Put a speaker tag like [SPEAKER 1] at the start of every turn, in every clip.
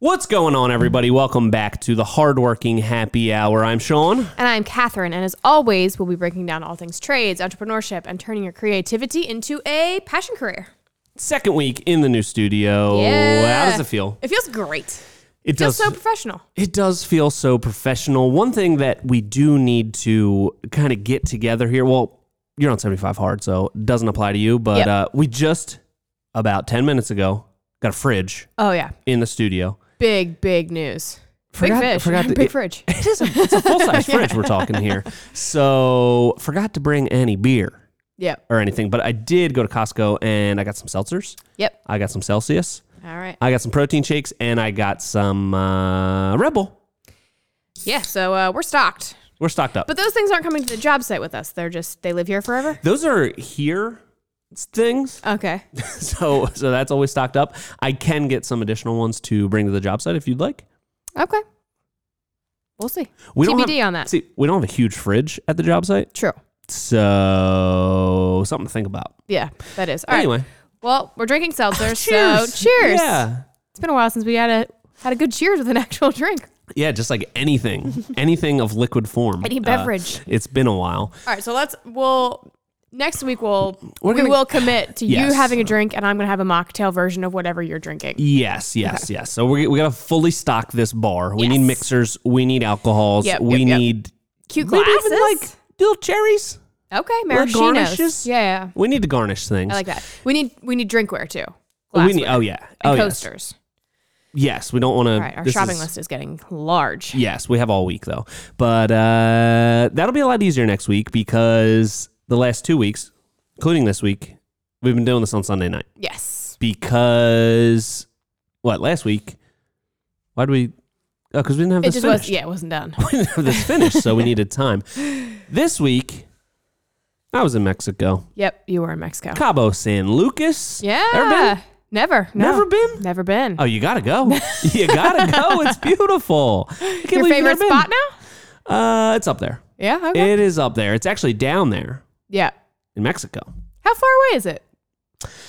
[SPEAKER 1] What's going on, everybody? Welcome back to the Hardworking Happy Hour. I'm Sean.
[SPEAKER 2] And I'm Catherine, and as always, we'll be breaking down all things trades, entrepreneurship, and turning your creativity into a passion career.
[SPEAKER 1] Second week in the new studio.
[SPEAKER 2] Yeah.
[SPEAKER 1] How does it feel?
[SPEAKER 2] It feels great.
[SPEAKER 1] It does.
[SPEAKER 2] Feels so professional.
[SPEAKER 1] it does feel so professional. One thing that we do need to kind of get together here. Well, you're on 75 hard, so it doesn't apply to you. But
[SPEAKER 2] Yep.
[SPEAKER 1] uh, we just about 10 minutes ago got a fridge
[SPEAKER 2] Oh yeah,
[SPEAKER 1] in the studio.
[SPEAKER 2] big big news.
[SPEAKER 1] Forgot-
[SPEAKER 2] big fish.
[SPEAKER 1] forgot to-
[SPEAKER 2] big
[SPEAKER 1] it-
[SPEAKER 2] fridge.
[SPEAKER 1] It is a, it's a full size fridge we're talking here. So forgot to bring any beer.
[SPEAKER 2] Yep.
[SPEAKER 1] or anything, but I did go to Costco and I got some seltzers.
[SPEAKER 2] Yep.
[SPEAKER 1] I got some Celsius.
[SPEAKER 2] All right.
[SPEAKER 1] I got some protein shakes and I got some uh, Red Bull.
[SPEAKER 2] Yeah. So uh, we're stocked,
[SPEAKER 1] We're stocked up.
[SPEAKER 2] but those things aren't coming to the job site with us. They're just they live here forever.
[SPEAKER 1] Those are here things.
[SPEAKER 2] Okay.
[SPEAKER 1] So so that's always stocked up. I can get some additional ones to bring to the job site if you'd like.
[SPEAKER 2] Okay. We'll see.
[SPEAKER 1] We don't
[SPEAKER 2] TBD
[SPEAKER 1] have,
[SPEAKER 2] on that.
[SPEAKER 1] See, we don't have a huge fridge at the job site.
[SPEAKER 2] True.
[SPEAKER 1] So something to think about.
[SPEAKER 2] Yeah, that is. All right.
[SPEAKER 1] anyway,
[SPEAKER 2] Well, we're drinking seltzer, so cheers.
[SPEAKER 1] Yeah.
[SPEAKER 2] It's been a while since we had a had a good cheers with an actual drink.
[SPEAKER 1] Yeah, just like anything. anything of liquid form.
[SPEAKER 2] Any
[SPEAKER 1] Uh,
[SPEAKER 2] beverage.
[SPEAKER 1] it's been a while.
[SPEAKER 2] All right, so let's we'll next week we'll
[SPEAKER 1] We're
[SPEAKER 2] we
[SPEAKER 1] gonna-
[SPEAKER 2] will commit to
[SPEAKER 1] Yes.
[SPEAKER 2] you having a drink and I'm gonna have a mocktail version of whatever you're drinking.
[SPEAKER 1] Yes, yes, yes. So we we gotta fully stock this bar. We need
[SPEAKER 2] Yes.
[SPEAKER 1] mixers. We need alcohols.
[SPEAKER 2] Yep,
[SPEAKER 1] we
[SPEAKER 2] yep, yep.
[SPEAKER 1] need
[SPEAKER 2] Cute
[SPEAKER 1] maybe
[SPEAKER 2] glasses,
[SPEAKER 1] even like little cherries.
[SPEAKER 2] okay,
[SPEAKER 1] little
[SPEAKER 2] maraschinos.
[SPEAKER 1] garnishes.
[SPEAKER 2] Yeah, yeah,
[SPEAKER 1] We need to garnish things.
[SPEAKER 2] I like that. We need we need drinkware too.
[SPEAKER 1] we need.
[SPEAKER 2] Glassware
[SPEAKER 1] Oh yeah.
[SPEAKER 2] and
[SPEAKER 1] Oh yes.
[SPEAKER 2] coasters.
[SPEAKER 1] Yes. We don't want to.
[SPEAKER 2] All right, our shopping list is getting large.
[SPEAKER 1] Yes, we have all week though, but uh, that'll be a lot easier next week because the last two weeks, including this week, we've been doing this on Sunday night
[SPEAKER 2] Yes.
[SPEAKER 1] because what last week? Why did we? Oh, because we didn't have
[SPEAKER 2] It
[SPEAKER 1] this
[SPEAKER 2] just
[SPEAKER 1] finished.
[SPEAKER 2] was yeah, it wasn't done.
[SPEAKER 1] we didn't have this finished, so we needed time. This week, I was in Mexico,
[SPEAKER 2] yep, you were in Mexico.
[SPEAKER 1] Cabo San Lucas.
[SPEAKER 2] Yeah.
[SPEAKER 1] Ever been?
[SPEAKER 2] Never. no.
[SPEAKER 1] Never been?
[SPEAKER 2] Never been.
[SPEAKER 1] Oh, you gotta go. you gotta go. It's beautiful. I can't
[SPEAKER 2] Your
[SPEAKER 1] believe you've
[SPEAKER 2] favorite
[SPEAKER 1] never been. Eh.
[SPEAKER 2] spot now?
[SPEAKER 1] Uh, it's up there.
[SPEAKER 2] Yeah, okay.
[SPEAKER 1] It is up there. It's actually down there
[SPEAKER 2] yeah.
[SPEAKER 1] in Mexico.
[SPEAKER 2] How far away is it?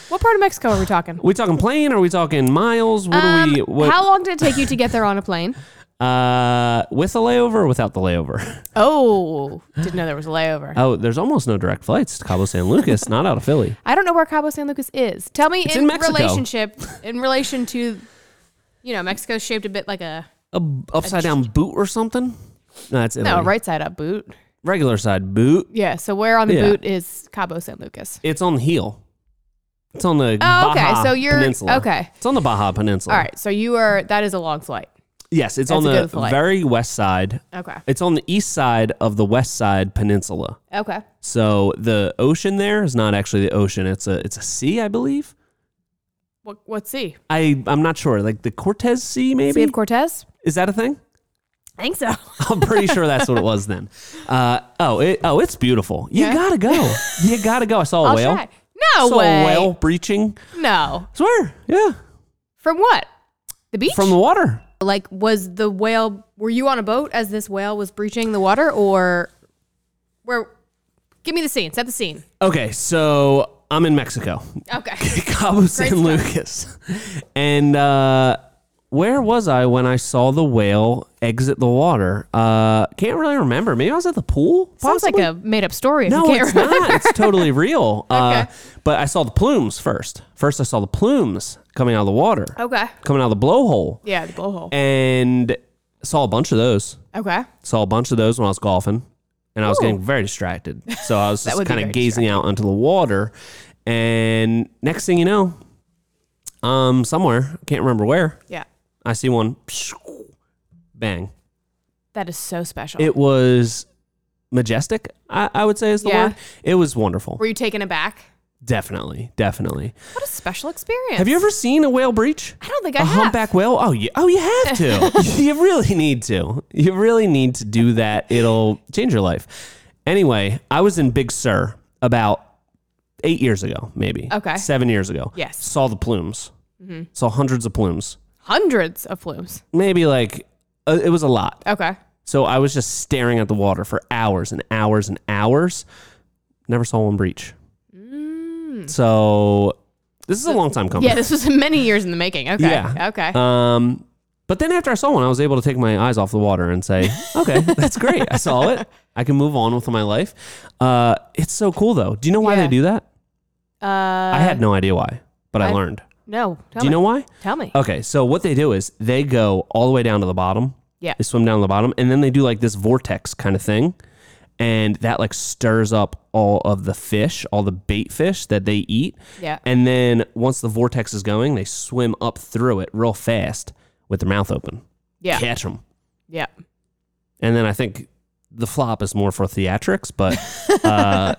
[SPEAKER 2] What part of Mexico are we talking?
[SPEAKER 1] Are we talking plane? Are we talking miles? What do we?
[SPEAKER 2] Um,
[SPEAKER 1] What,
[SPEAKER 2] How long did it take you to get there on a plane?
[SPEAKER 1] uh, with a layover or without the layover?
[SPEAKER 2] Oh, didn't know there was a layover.
[SPEAKER 1] Oh, there's almost no direct flights to Cabo San Lucas. not out of Philly.
[SPEAKER 2] I don't know where Cabo San Lucas is. Tell me
[SPEAKER 1] in
[SPEAKER 2] in,
[SPEAKER 1] Mexico.
[SPEAKER 2] relationship, in relation to, you know, Mexico's shaped a bit like a
[SPEAKER 1] A b- upside down boot or something? No, it's Italy.
[SPEAKER 2] no right side up boot.
[SPEAKER 1] Regular side boot.
[SPEAKER 2] Yeah. So where on the
[SPEAKER 1] Yeah.
[SPEAKER 2] boot is Cabo San Lucas?
[SPEAKER 1] It's on the heel. It's on the
[SPEAKER 2] Oh, okay.
[SPEAKER 1] Baja
[SPEAKER 2] So you're-
[SPEAKER 1] Peninsula.
[SPEAKER 2] okay.
[SPEAKER 1] It's on the Baja Peninsula.
[SPEAKER 2] All right. So you are. That is a long flight.
[SPEAKER 1] Yes, it's on
[SPEAKER 2] That's a
[SPEAKER 1] the
[SPEAKER 2] good flight.
[SPEAKER 1] very west side.
[SPEAKER 2] Okay.
[SPEAKER 1] It's on the east side of the west side peninsula.
[SPEAKER 2] Okay.
[SPEAKER 1] So the ocean there is not actually the ocean. It's a it's a sea, I believe.
[SPEAKER 2] What, what's C?
[SPEAKER 1] I I'm not sure. Like the Cortez Sea,
[SPEAKER 2] Sea
[SPEAKER 1] maybe
[SPEAKER 2] of Cortez.
[SPEAKER 1] is that a thing?
[SPEAKER 2] I think so.
[SPEAKER 1] I'm pretty sure that's what it was then. Uh, oh, it, oh, it's beautiful. You
[SPEAKER 2] Yeah.
[SPEAKER 1] gotta go. You gotta go. I saw a
[SPEAKER 2] I'll
[SPEAKER 1] whale.
[SPEAKER 2] try. No
[SPEAKER 1] saw
[SPEAKER 2] way.
[SPEAKER 1] a whale breaching.
[SPEAKER 2] No.
[SPEAKER 1] swear. Yeah,
[SPEAKER 2] From what? The beach.
[SPEAKER 1] from the water.
[SPEAKER 2] like was the whale were you on a boat as this whale was breaching the water or where give me the scene set the scene
[SPEAKER 1] Okay, so I'm in Mexico,
[SPEAKER 2] okay
[SPEAKER 1] Cabo San Lucas, and uh, where was I when I saw the whale exit the water? Uh, can't really remember. Maybe I was at the pool.
[SPEAKER 2] sounds like
[SPEAKER 1] possibly?
[SPEAKER 2] a made-up story if
[SPEAKER 1] no,
[SPEAKER 2] you can't
[SPEAKER 1] it's not. It's totally real. Uh,
[SPEAKER 2] Okay.
[SPEAKER 1] but I saw the plumes first. First, I saw the plumes coming out of the water,
[SPEAKER 2] remember. okay
[SPEAKER 1] coming out of the blowhole,
[SPEAKER 2] yeah the blowhole
[SPEAKER 1] and saw a bunch of those.
[SPEAKER 2] okay
[SPEAKER 1] Saw a bunch of those when I was golfing, and I was getting very distracted. So I was just
[SPEAKER 2] would be
[SPEAKER 1] kind of
[SPEAKER 2] very
[SPEAKER 1] gazing out onto the water, and next thing you know, um, somewhere I can't remember where
[SPEAKER 2] yeah
[SPEAKER 1] I see one, bang!
[SPEAKER 2] that is so special
[SPEAKER 1] It was majestic. I, I would say is the
[SPEAKER 2] Yeah.
[SPEAKER 1] word. It was wonderful.
[SPEAKER 2] were you taken aback
[SPEAKER 1] Definitely, definitely.
[SPEAKER 2] what a special experience
[SPEAKER 1] Have you ever seen a whale breach?
[SPEAKER 2] i don't think
[SPEAKER 1] A
[SPEAKER 2] I have
[SPEAKER 1] humpback whale? Oh, you, oh, you have to. you really need to. You really need to do that. It'll change your life. Anyway, I was in Big Sur about eight years ago, maybe.
[SPEAKER 2] Okay.
[SPEAKER 1] Seven years ago.
[SPEAKER 2] Yes. Mm-hmm.
[SPEAKER 1] Saw the plumes. Saw hundreds of plumes.
[SPEAKER 2] hundreds of plumes
[SPEAKER 1] Maybe like uh, it was a lot.
[SPEAKER 2] okay
[SPEAKER 1] So I was just staring at the water for hours and hours and hours. Never saw one breach.
[SPEAKER 2] Mm.
[SPEAKER 1] So this is a long time coming.
[SPEAKER 2] yeah this was many years in the making okay
[SPEAKER 1] Yeah.
[SPEAKER 2] okay
[SPEAKER 1] Um, But then after I saw one, I was able to take my eyes off the water and say, okay, that's great. I saw it. I can move on with my life. Uh, it's so cool, though. Do you know why
[SPEAKER 2] Yeah.
[SPEAKER 1] they do that?
[SPEAKER 2] Uh,
[SPEAKER 1] I had no idea why, but I,
[SPEAKER 2] I-
[SPEAKER 1] learned.
[SPEAKER 2] no. Tell
[SPEAKER 1] Do you
[SPEAKER 2] me.
[SPEAKER 1] know why?
[SPEAKER 2] Tell me.
[SPEAKER 1] Okay, so what they do is they go all the way down to the bottom.
[SPEAKER 2] Yeah.
[SPEAKER 1] They swim down to the bottom, and then they do like this vortex kind of thing. And that like stirs up all of the fish, all the bait fish that they eat.
[SPEAKER 2] Yeah.
[SPEAKER 1] And then once the vortex is going, they swim up through it real fast with their mouth open.
[SPEAKER 2] Yeah.
[SPEAKER 1] Catch them.
[SPEAKER 2] Yeah.
[SPEAKER 1] And then I think the flop is more for theatrics, but uh,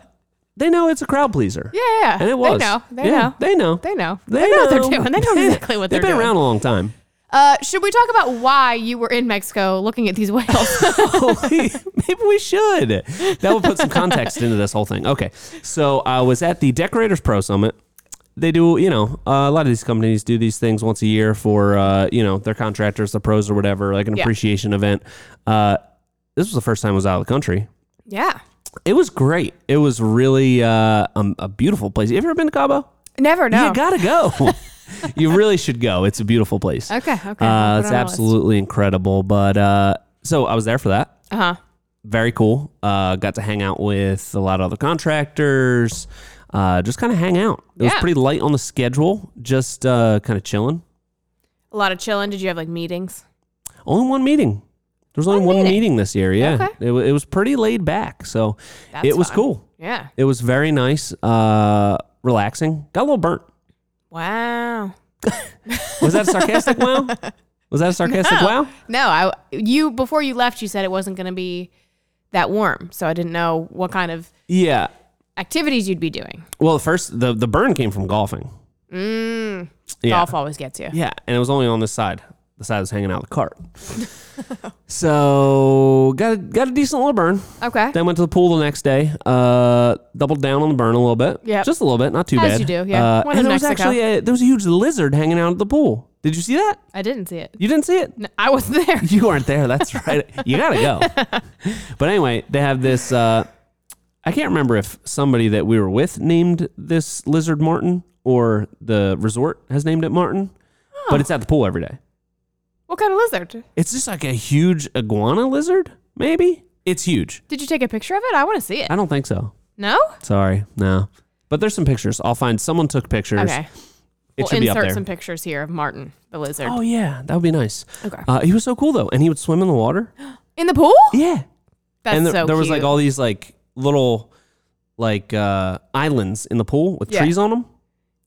[SPEAKER 1] they know it's a crowd pleaser.
[SPEAKER 2] Yeah. yeah.
[SPEAKER 1] And it was.
[SPEAKER 2] They know. They
[SPEAKER 1] Yeah,
[SPEAKER 2] know.
[SPEAKER 1] They know.
[SPEAKER 2] They know. They, know, what they're doing. They know exactly what they're
[SPEAKER 1] They've been
[SPEAKER 2] doing.
[SPEAKER 1] around a long time.
[SPEAKER 2] Uh, should we talk about why you were in Mexico looking at these whales?
[SPEAKER 1] Holy- maybe Oh, we should. That would put some context into this whole thing. Okay, so I was at the Decorators Pro Summit. They do, you know, uh, a lot of these companies do these things once a year for, uh, you know, their contractors, the pros or whatever, like an
[SPEAKER 2] Yeah.
[SPEAKER 1] appreciation event. Uh, this was the first time I was out of the country.
[SPEAKER 2] yeah.
[SPEAKER 1] It was great. It was really uh, um, a beautiful place. You ever been to Cabo?
[SPEAKER 2] Never know.
[SPEAKER 1] You gotta go. you really should go. It's a beautiful place.
[SPEAKER 2] okay. Okay.
[SPEAKER 1] Uh, it's absolutely incredible. But uh, so I was there for that
[SPEAKER 2] Uh huh.
[SPEAKER 1] very cool. Uh, got to hang out with a lot of other contractors. Uh, just kind of hang out. It was
[SPEAKER 2] Yeah.
[SPEAKER 1] pretty light on the schedule. Just uh, kind of chilling.
[SPEAKER 2] A lot of chilling. Did you have like meetings?
[SPEAKER 1] Only one meeting. There was only
[SPEAKER 2] One
[SPEAKER 1] one meeting.
[SPEAKER 2] meeting.
[SPEAKER 1] this year. Yeah,
[SPEAKER 2] Okay.
[SPEAKER 1] it, wa- it was pretty laid back. So
[SPEAKER 2] That's
[SPEAKER 1] it was
[SPEAKER 2] fun.
[SPEAKER 1] cool.
[SPEAKER 2] Yeah.
[SPEAKER 1] It was very nice. Uh, relaxing. Got a little burnt.
[SPEAKER 2] Wow.
[SPEAKER 1] Was that a sarcastic wow? Was that a sarcastic wow?
[SPEAKER 2] No, I you before you left, you said it wasn't going to be that warm, so I didn't know what kind of
[SPEAKER 1] Yeah.
[SPEAKER 2] activities you'd be doing.
[SPEAKER 1] Well, first the the burn came from golfing. Yeah.
[SPEAKER 2] Mm. Golf always gets you.
[SPEAKER 1] Yeah, and it was only on this side. The side that was hanging out of the cart. so got a, got a decent little burn.
[SPEAKER 2] Okay.
[SPEAKER 1] Then went to the pool the next day. Uh, doubled down on the burn a little bit.
[SPEAKER 2] Yep.
[SPEAKER 1] just a little bit, not too
[SPEAKER 2] As
[SPEAKER 1] bad.
[SPEAKER 2] you do, yeah.
[SPEAKER 1] Uh,
[SPEAKER 2] One in
[SPEAKER 1] and there was
[SPEAKER 2] Mexico.
[SPEAKER 1] actually a, there was a huge lizard hanging out at the pool. Did you see that?
[SPEAKER 2] I didn't see it.
[SPEAKER 1] You didn't see it.
[SPEAKER 2] No, I wasn't there.
[SPEAKER 1] You weren't there. That's right. You gotta go. But anyway, they have this. Uh, I can't remember if somebody that we were with named this lizard Martin or the resort has named it Martin.
[SPEAKER 2] Oh.
[SPEAKER 1] But it's at the pool every day.
[SPEAKER 2] What kind of lizard?
[SPEAKER 1] It's just like a huge iguana lizard, maybe? It's huge.
[SPEAKER 2] Did you take a picture of it? I want to see it.
[SPEAKER 1] I don't think so.
[SPEAKER 2] No.
[SPEAKER 1] Sorry, no. But there's some pictures. I'll find someone took pictures.
[SPEAKER 2] Okay.
[SPEAKER 1] It
[SPEAKER 2] we'll
[SPEAKER 1] should be up
[SPEAKER 2] insert
[SPEAKER 1] there.
[SPEAKER 2] some pictures here of Martin the lizard
[SPEAKER 1] oh yeah, that would be nice.
[SPEAKER 2] Okay.
[SPEAKER 1] Uh, he was so cool though, and he would swim in the water.
[SPEAKER 2] in the pool.
[SPEAKER 1] Yeah.
[SPEAKER 2] That's
[SPEAKER 1] and there,
[SPEAKER 2] so
[SPEAKER 1] there was like
[SPEAKER 2] cute.
[SPEAKER 1] all these like little like uh, islands in the pool with
[SPEAKER 2] Yeah.
[SPEAKER 1] trees on them.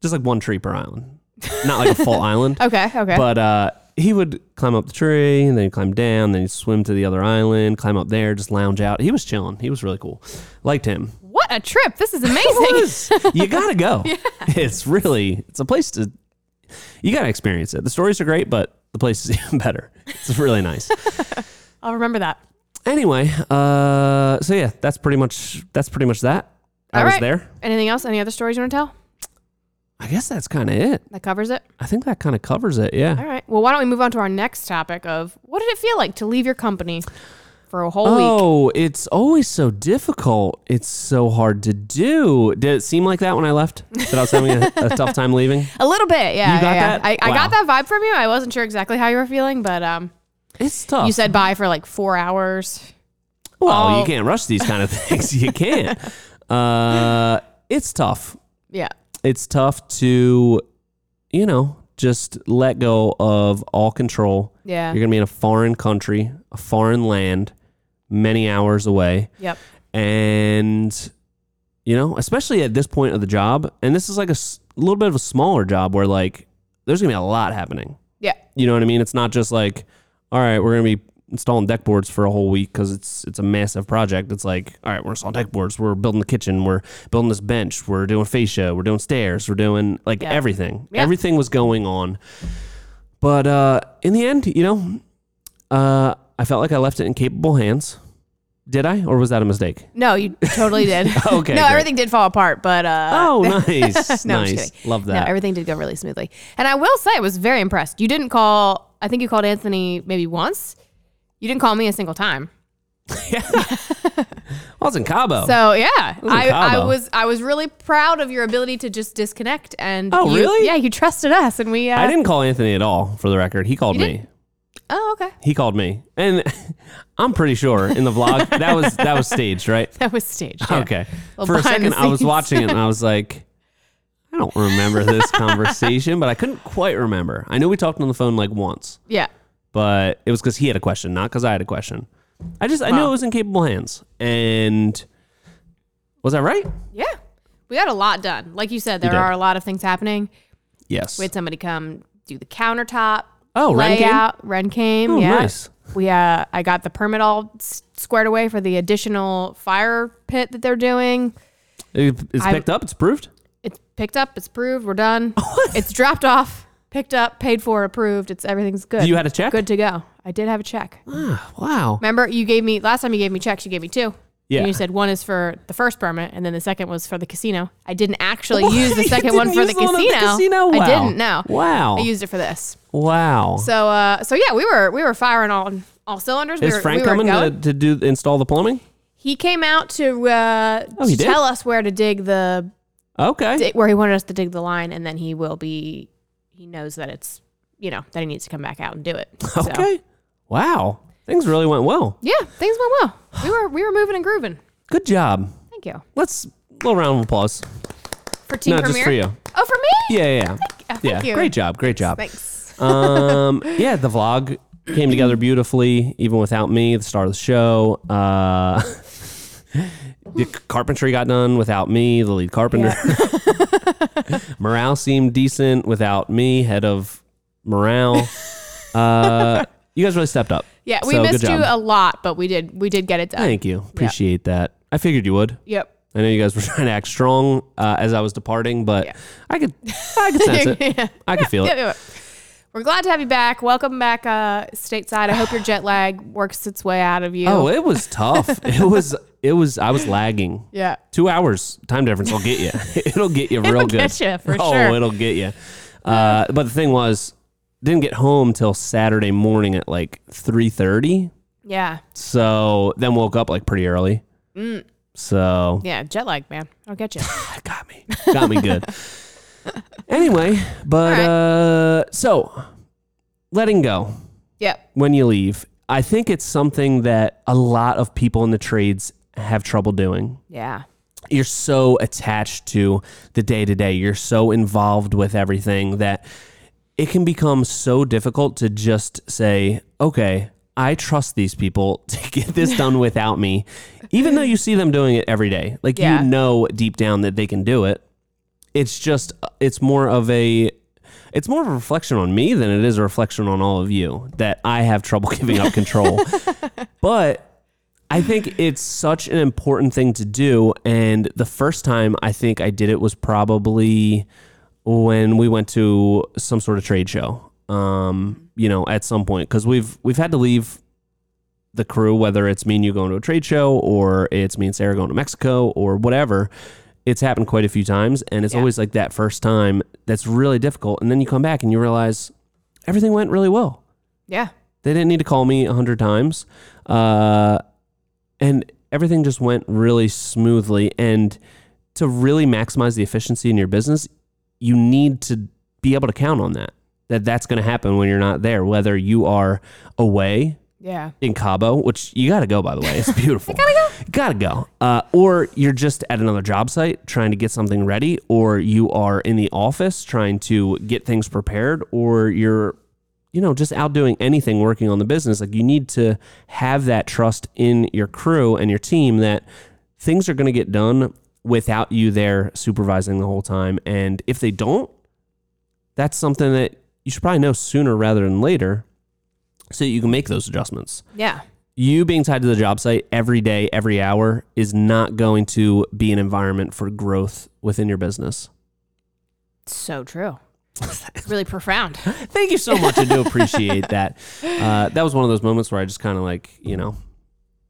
[SPEAKER 1] Just like one tree per island. Not like a full island.
[SPEAKER 2] Okay. Okay.
[SPEAKER 1] But uh, he would climb up the tree, and then he'd climb down, then he'd swim to the other island, climb up there, just lounge out. He was chilling. He was really cool. Liked him.
[SPEAKER 2] what a trip! This is amazing.
[SPEAKER 1] you gotta go. It's really it's a place to you gotta experience it. The stories are great, but the place is even better. It's really nice.
[SPEAKER 2] I'll remember that.
[SPEAKER 1] anyway, uh, so yeah, that's pretty much that's pretty much that. I
[SPEAKER 2] All
[SPEAKER 1] was
[SPEAKER 2] right.
[SPEAKER 1] there.
[SPEAKER 2] Anything else? Any other stories you want to tell?
[SPEAKER 1] I guess that's kind of it.
[SPEAKER 2] That covers it.
[SPEAKER 1] I think that kind of covers it. Yeah.
[SPEAKER 2] All right. Well, why don't we move on to our next topic of what did it feel like to leave your company for a whole week?
[SPEAKER 1] Oh, it's always so difficult. It's so hard to do. Did it seem like that when I left? That I was having a, a tough time leaving?
[SPEAKER 2] A little bit, yeah.
[SPEAKER 1] Oh. You got
[SPEAKER 2] yeah, yeah.
[SPEAKER 1] that?
[SPEAKER 2] I, I got
[SPEAKER 1] Wow.
[SPEAKER 2] that vibe from you. I wasn't sure exactly how you were feeling, but um,
[SPEAKER 1] It's tough.
[SPEAKER 2] you said "Oh." bye for like four hours.
[SPEAKER 1] well, you
[SPEAKER 2] all-
[SPEAKER 1] can't rush these kind of things. You can't. Uh, it's tough.
[SPEAKER 2] Yeah,
[SPEAKER 1] It's tough to, you know, just let go of all control.
[SPEAKER 2] yeah,
[SPEAKER 1] You're going to be in a foreign country, a foreign land, many hours away.
[SPEAKER 2] yep,
[SPEAKER 1] and you know especially at this point of the job and this is like a s- little bit of a smaller job where like there's gonna be a lot happening
[SPEAKER 2] yeah,
[SPEAKER 1] you know what i mean it's not just like all right we're gonna be installing deck boards for a whole week because it's it's a massive project it's like all right we're installing deck boards we're building the kitchen we're building this bench we're doing fascia we're doing stairs we're doing like
[SPEAKER 2] Yeah.
[SPEAKER 1] everything
[SPEAKER 2] Yeah.
[SPEAKER 1] everything was going on but uh in the end you know uh i felt like i left it in capable hands did i or was that a mistake
[SPEAKER 2] No, you totally did.
[SPEAKER 1] Okay,
[SPEAKER 2] no,
[SPEAKER 1] great.
[SPEAKER 2] everything did fall apart, but uh,
[SPEAKER 1] Oh, nice.
[SPEAKER 2] No, I'm just
[SPEAKER 1] nice.
[SPEAKER 2] kidding.
[SPEAKER 1] Love
[SPEAKER 2] no,
[SPEAKER 1] that.
[SPEAKER 2] everything did go really smoothly. And I will say, I was very impressed. You didn't call. I think you called Anthony maybe once. You didn't call me a single time.
[SPEAKER 1] I was in Cabo.
[SPEAKER 2] So yeah,
[SPEAKER 1] in
[SPEAKER 2] I, I
[SPEAKER 1] Cabo.
[SPEAKER 2] was I was really proud of your ability to just disconnect and
[SPEAKER 1] Oh,
[SPEAKER 2] you-
[SPEAKER 1] really?
[SPEAKER 2] Yeah, you trusted us and we. Uh,
[SPEAKER 1] I didn't call Anthony at all, for the record. He called
[SPEAKER 2] You
[SPEAKER 1] me.
[SPEAKER 2] didn't? Oh, okay.
[SPEAKER 1] He called me, and I'm pretty sure in the vlog that was that was staged, right?
[SPEAKER 2] That was staged. yeah.
[SPEAKER 1] Okay.
[SPEAKER 2] Well,
[SPEAKER 1] For a
[SPEAKER 2] behind the
[SPEAKER 1] second, I was
[SPEAKER 2] scenes.
[SPEAKER 1] watching it and I was like, I don't remember this conversation, but I couldn't quite remember. I know we talked on the phone like once,
[SPEAKER 2] Yeah.
[SPEAKER 1] but it was because he had a question, not because I had a question. I just I knew
[SPEAKER 2] Wow.
[SPEAKER 1] it was in capable hands, and was I right?
[SPEAKER 2] Yeah. We got a lot done. Like you said, there
[SPEAKER 1] did.
[SPEAKER 2] are a lot of things happening.
[SPEAKER 1] Yes.
[SPEAKER 2] We had somebody come do the countertop.
[SPEAKER 1] Oh, Ren came?
[SPEAKER 2] layout. came. Ren came.
[SPEAKER 1] Oh,
[SPEAKER 2] yeah.
[SPEAKER 1] nice.
[SPEAKER 2] We uh, I got the permit all s- squared away for the additional fire pit that they're doing.
[SPEAKER 1] It- it's
[SPEAKER 2] I-
[SPEAKER 1] picked up. It's proofed.
[SPEAKER 2] It's picked up. It's approved. We're done. it's dropped off. Picked up. Paid for. Approved. It's everything's good.
[SPEAKER 1] You had a check?
[SPEAKER 2] Good to go. I did have a check.
[SPEAKER 1] Ah, wow.
[SPEAKER 2] Remember, you gave me last time. You gave me checks. You gave me two.
[SPEAKER 1] Yeah.
[SPEAKER 2] And you said one is for the first permit, and then the second was for the casino. I didn't actually use the
[SPEAKER 1] You
[SPEAKER 2] second
[SPEAKER 1] didn't
[SPEAKER 2] one for
[SPEAKER 1] use
[SPEAKER 2] the
[SPEAKER 1] one
[SPEAKER 2] casino.
[SPEAKER 1] at the casino?
[SPEAKER 2] I
[SPEAKER 1] Wow.
[SPEAKER 2] didn't. No.
[SPEAKER 1] Wow.
[SPEAKER 2] I used it for this.
[SPEAKER 1] Wow.
[SPEAKER 2] So, uh, so yeah, we were we were firing on all cylinders. we
[SPEAKER 1] Is
[SPEAKER 2] were,
[SPEAKER 1] Frank
[SPEAKER 2] we were
[SPEAKER 1] coming to,
[SPEAKER 2] going.
[SPEAKER 1] to do install the plumbing?
[SPEAKER 2] He came out to, uh,
[SPEAKER 1] Oh, he
[SPEAKER 2] to
[SPEAKER 1] did?
[SPEAKER 2] tell us where to dig the
[SPEAKER 1] Okay.
[SPEAKER 2] di- where he wanted us to dig the line, and then he will be. He knows that it's you know that he needs to come back out and do it. So,
[SPEAKER 1] Okay. Wow. Things really went well.
[SPEAKER 2] yeah, things went well. We were we were moving and grooving.
[SPEAKER 1] Good job.
[SPEAKER 2] Thank you
[SPEAKER 1] Let's little round of applause.
[SPEAKER 2] for team
[SPEAKER 1] Not
[SPEAKER 2] premiere.
[SPEAKER 1] just for you.
[SPEAKER 2] Oh, for me?
[SPEAKER 1] Yeah, yeah, yeah.
[SPEAKER 2] thank
[SPEAKER 1] yeah.
[SPEAKER 2] you.
[SPEAKER 1] Great job. Great job.
[SPEAKER 2] Thanks.
[SPEAKER 1] um, yeah, the vlog came together beautifully, even without me, the star of the show. Uh, the carpentry got done without me, the lead carpenter. morale seemed decent without me, head of morale. Uh, you guys really stepped up.
[SPEAKER 2] Yeah, we
[SPEAKER 1] So, good
[SPEAKER 2] missed you
[SPEAKER 1] job.
[SPEAKER 2] a lot, but we did we did get it done.
[SPEAKER 1] Thank you. Appreciate that. I figured you would.
[SPEAKER 2] Yep.
[SPEAKER 1] I know you guys were trying to act strong uh, as I was departing, but
[SPEAKER 2] Yeah.
[SPEAKER 1] I could, I could sense it. I could feel
[SPEAKER 2] Yeah,
[SPEAKER 1] it.
[SPEAKER 2] yeah. We're glad to have you back. Welcome back uh, stateside. I hope your jet lag works its way out of you.
[SPEAKER 1] Oh, it was tough. it was, it was. I was lagging.
[SPEAKER 2] yeah.
[SPEAKER 1] Two hours time difference will get you. it'll get you real
[SPEAKER 2] It'll
[SPEAKER 1] good.
[SPEAKER 2] get you, for
[SPEAKER 1] oh,
[SPEAKER 2] sure.
[SPEAKER 1] it'll get you. Uh, but the thing was, didn't get home till Saturday morning at like three thirty.
[SPEAKER 2] Yeah.
[SPEAKER 1] So then woke up like pretty early.
[SPEAKER 2] Mm.
[SPEAKER 1] So
[SPEAKER 2] Yeah. Jet lag, man. I'll get you.
[SPEAKER 1] that got me. Got me good. anyway, but
[SPEAKER 2] All right.
[SPEAKER 1] uh, so letting go
[SPEAKER 2] yep.
[SPEAKER 1] when you leave, I think it's something that a lot of people in the trades have trouble doing.
[SPEAKER 2] Yeah.
[SPEAKER 1] You're so attached to the day to day, you're so involved with everything that it can become so difficult to just say, okay, I trust these people to get this done without me, even though you see them doing it every day. Like
[SPEAKER 2] Yeah.
[SPEAKER 1] you know deep down that they can do it. It's just, it's more of a, it's more of a reflection on me than it is a reflection on all of you that I have trouble giving up control. but I think it's such an important thing to do. And the first time I think I did it was probably when we went to some sort of trade show. Um, you know, at some point because we've we've had to leave the crew, whether it's me and you going to a trade show or it's me and Sarah going to Mexico or whatever. It's happened quite a few times, and it's
[SPEAKER 2] Yeah.
[SPEAKER 1] always like that first time that's really difficult. And then you come back and you realize everything went really well.
[SPEAKER 2] Yeah.
[SPEAKER 1] They didn't need to call me a hundred times, uh, and everything just went really smoothly. And to really maximize the efficiency in your business, you need to be able to count on that. That that's going to happen when you're not there, whether you are away
[SPEAKER 2] Yeah.
[SPEAKER 1] in Cabo, which you got to go by the way. It's beautiful. gotta go. Gotta go. Uh, or you're just at another job site trying to get something ready, or you are in the office trying to get things prepared, or you're, you know, just out doing anything working on the business. Like you need to have that trust in your crew and your team that things are going to get done without you there supervising the whole time. And if they don't, that's something that you should probably know sooner rather than later so that you can make those adjustments
[SPEAKER 2] Yeah.
[SPEAKER 1] you being tied to the job site every day, every hour is not going to be an environment for growth within your business.
[SPEAKER 2] So true. It's really profound.
[SPEAKER 1] Thank you so much. I do appreciate that. Uh, that was one of those moments where I just kind of like, you know,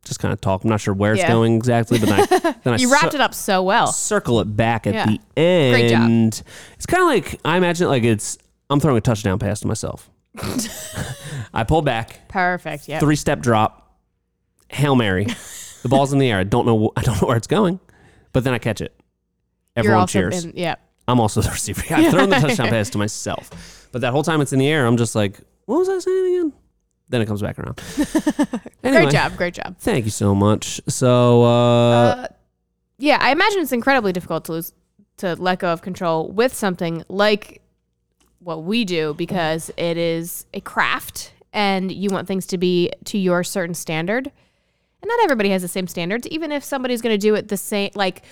[SPEAKER 1] just kind of talk. I'm not sure where it's
[SPEAKER 2] Yeah.
[SPEAKER 1] going exactly, but then I, then I
[SPEAKER 2] You wrapped it up so well.
[SPEAKER 1] circle it back at
[SPEAKER 2] Yeah.
[SPEAKER 1] the
[SPEAKER 2] Great job.
[SPEAKER 1] end. It's kind of like, I imagine it like it's, I'm throwing a touchdown pass to myself. I pull back,
[SPEAKER 2] Perfect. Yeah.
[SPEAKER 1] three step drop, hail mary. The ball's in the air. I don't know. I don't know where it's going, but then I catch it. Everyone cheers.
[SPEAKER 2] yeah.
[SPEAKER 1] I'm also the receiver. I've thrown the touchdown pass to myself, but that whole time it's in the air, I'm just like, what was I saying again? Then it comes back around.
[SPEAKER 2] Great
[SPEAKER 1] Anyway,
[SPEAKER 2] job. Great job.
[SPEAKER 1] Thank you so much. So, uh,
[SPEAKER 2] Uh, yeah, I imagine it's incredibly difficult to lose to let go of control with something like what we do because it is a craft and you want things to be to your certain standard. And not everybody has the same standards, even if somebody's going to do it the same like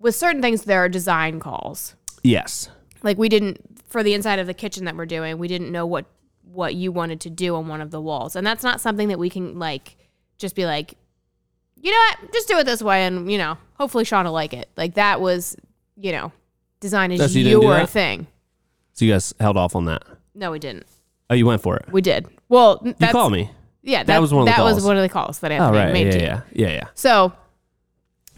[SPEAKER 2] with certain things there are design calls.
[SPEAKER 1] yes.
[SPEAKER 2] Like we didn't for the inside of the kitchen that we're doing, we didn't know what what you wanted to do on one of the walls. And that's not something that we can like just be like, you know what, just do it this way and you know, hopefully Sean will like it. Like that was, you know, design
[SPEAKER 1] That's-
[SPEAKER 2] is
[SPEAKER 1] you didn't do
[SPEAKER 2] your
[SPEAKER 1] that?
[SPEAKER 2] thing.
[SPEAKER 1] So you guys held off on that.
[SPEAKER 2] No, we didn't.
[SPEAKER 1] Oh, you went for it.
[SPEAKER 2] We did. Well, that's,
[SPEAKER 1] You called me.
[SPEAKER 2] Yeah, that,
[SPEAKER 1] was one of the
[SPEAKER 2] that
[SPEAKER 1] calls.
[SPEAKER 2] was one of the calls that
[SPEAKER 1] Oh,
[SPEAKER 2] Anthony
[SPEAKER 1] right.
[SPEAKER 2] made
[SPEAKER 1] Yeah,
[SPEAKER 2] to you.
[SPEAKER 1] yeah, yeah, yeah.
[SPEAKER 2] So,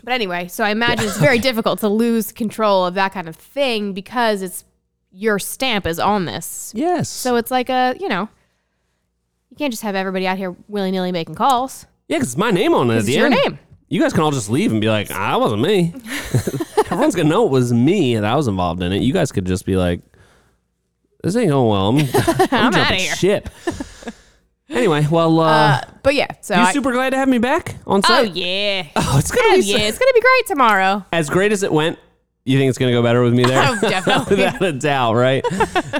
[SPEAKER 2] but anyway, so I imagine it's very difficult to lose control of that kind of thing because it's your stamp is on this.
[SPEAKER 1] Yes.
[SPEAKER 2] So it's like a, you know, you can't just have everybody out here willy nilly making calls.
[SPEAKER 1] yeah, because it's my name on it at
[SPEAKER 2] It's
[SPEAKER 1] the
[SPEAKER 2] your
[SPEAKER 1] end.
[SPEAKER 2] name.
[SPEAKER 1] You guys can all just leave and be like, ah, that wasn't me. Everyone's gonna know it was me that I was involved in it. You guys could just be like, this ain't going well. I'm, I'm,
[SPEAKER 2] outta
[SPEAKER 1] jumping
[SPEAKER 2] here.
[SPEAKER 1] Ship. anyway, well, uh,
[SPEAKER 2] Uh, but yeah, so
[SPEAKER 1] you
[SPEAKER 2] I,
[SPEAKER 1] super glad to have me back on
[SPEAKER 2] oh
[SPEAKER 1] site.
[SPEAKER 2] yeah,
[SPEAKER 1] Oh, it's gonna
[SPEAKER 2] oh
[SPEAKER 1] be
[SPEAKER 2] yeah, it's gonna be great tomorrow.
[SPEAKER 1] as great as it went. You think it's gonna go better with me there?
[SPEAKER 2] Oh, definitely.
[SPEAKER 1] Without a doubt, right?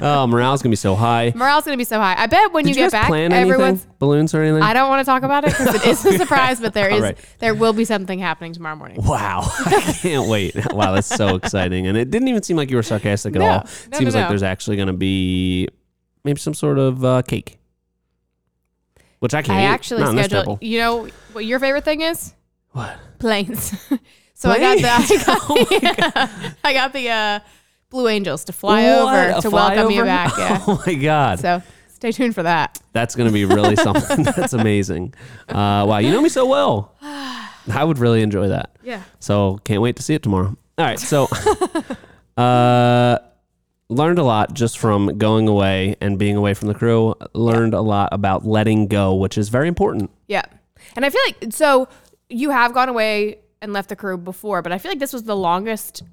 [SPEAKER 1] oh, morale's gonna be so high.
[SPEAKER 2] Morale's gonna be so high. I bet when
[SPEAKER 1] Did
[SPEAKER 2] you,
[SPEAKER 1] you,
[SPEAKER 2] get
[SPEAKER 1] guys
[SPEAKER 2] back,
[SPEAKER 1] plan anything?
[SPEAKER 2] everyone's.
[SPEAKER 1] Balloons or anything?
[SPEAKER 2] I don't want to talk about it because it is a surprise, but there
[SPEAKER 1] All
[SPEAKER 2] is
[SPEAKER 1] right.
[SPEAKER 2] there will be something happening tomorrow morning.
[SPEAKER 1] Wow, I can't wait. Wow, that's so exciting. And it didn't even seem like you were sarcastic at
[SPEAKER 2] No,
[SPEAKER 1] all.
[SPEAKER 2] no,
[SPEAKER 1] It
[SPEAKER 2] no,
[SPEAKER 1] seems like
[SPEAKER 2] no.
[SPEAKER 1] there's actually going to be maybe some sort of uh, cake, which I can't
[SPEAKER 2] I
[SPEAKER 1] eat.
[SPEAKER 2] actually
[SPEAKER 1] Not in this
[SPEAKER 2] scheduled.
[SPEAKER 1] temple.
[SPEAKER 2] You know what your favorite thing is?
[SPEAKER 1] What? Oh
[SPEAKER 2] Planes. so I got the I got, the, I got the uh, Blue Angels to fly
[SPEAKER 1] What?
[SPEAKER 2] over
[SPEAKER 1] A
[SPEAKER 2] to welcome you
[SPEAKER 1] flyover?
[SPEAKER 2] back. Yeah.
[SPEAKER 1] Oh my God.
[SPEAKER 2] so stay tuned for that.
[SPEAKER 1] That's going to be really something. That's amazing. Uh, wow, you know me so well. I would really enjoy that.
[SPEAKER 2] Yeah.
[SPEAKER 1] So can't wait to see it tomorrow. All right, so uh, learned a lot just from going away and being away from the crew. Learned a lot about letting go, which is very important.
[SPEAKER 2] Yeah. And I feel like so you have gone away and left the crew before, but I feel like this was the longest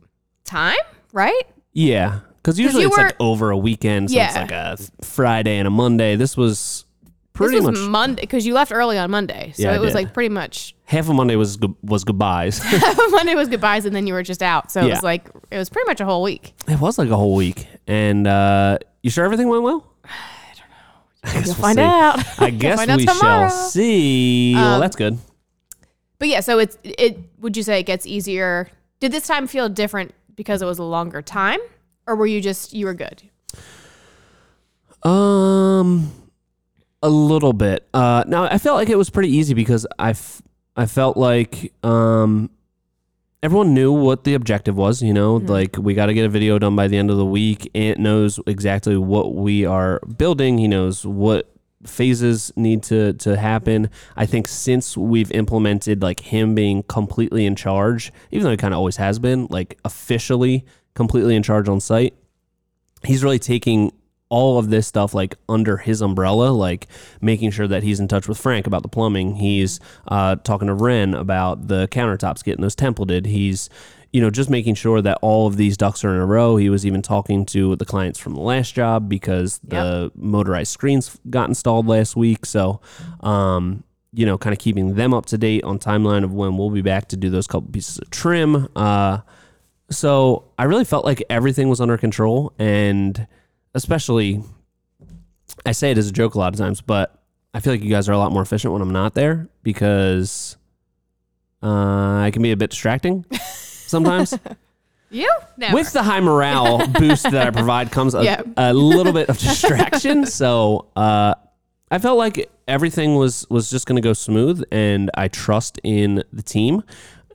[SPEAKER 2] time, right?
[SPEAKER 1] Yeah, because usually
[SPEAKER 2] you
[SPEAKER 1] it's like
[SPEAKER 2] were-
[SPEAKER 1] over a weekend, so it's
[SPEAKER 2] Yeah.
[SPEAKER 1] like a Friday and a Monday. This was pretty
[SPEAKER 2] this was
[SPEAKER 1] much
[SPEAKER 2] Monday because you left early on Monday, so
[SPEAKER 1] Yeah, I
[SPEAKER 2] it was
[SPEAKER 1] did.
[SPEAKER 2] like pretty much
[SPEAKER 1] half of Monday was gu- was goodbyes.
[SPEAKER 2] Monday was goodbyes, and then you were just out. So it
[SPEAKER 1] Yeah.
[SPEAKER 2] was like it was pretty much a whole week.
[SPEAKER 1] it was like a whole week, and uh, you sure everything went well? I guess
[SPEAKER 2] You'll
[SPEAKER 1] we'll
[SPEAKER 2] find
[SPEAKER 1] see.
[SPEAKER 2] out.
[SPEAKER 1] I
[SPEAKER 2] You'll
[SPEAKER 1] guess
[SPEAKER 2] find out
[SPEAKER 1] we
[SPEAKER 2] tomorrow. Um,
[SPEAKER 1] shall see. well, that's good.
[SPEAKER 2] But yeah, so it's it. Would you say it gets easier? Did this time feel different because it was a longer time, or were you just you were good?
[SPEAKER 1] Um, a little bit. Uh, now I felt like it was pretty easy because I, f- I felt like um, everyone knew what the objective was. You know, like we got to get a video done by the end of the week. Ant knows exactly what we are building. He knows what phases need to to happen. I think since we've implemented like him being completely in charge, even though he kind of always has been, like officially completely in charge on site he's really taking all of this stuff like under his umbrella, like making sure that he's in touch with Frank about the plumbing. He's uh, talking to Ren about the countertops getting those templated. He's you know just making sure that all of these ducks are in a row. He was even talking to the clients from the last job because the motorized screens got installed last week. So um, you know, kind of keeping them up to date on timeline of when we'll be back to do those couple pieces of trim. Uh, so I really felt like everything was under control, and especially, I say it as a joke a lot of times, but I feel like you guys are a lot more efficient when I'm not there because uh, I can be a bit distracting sometimes.
[SPEAKER 2] You never.
[SPEAKER 1] With the high morale boost that I provide comes a,
[SPEAKER 2] Yeah.
[SPEAKER 1] a little bit of distraction. so uh, I felt like everything was was just going to go smooth, and I trust in the team.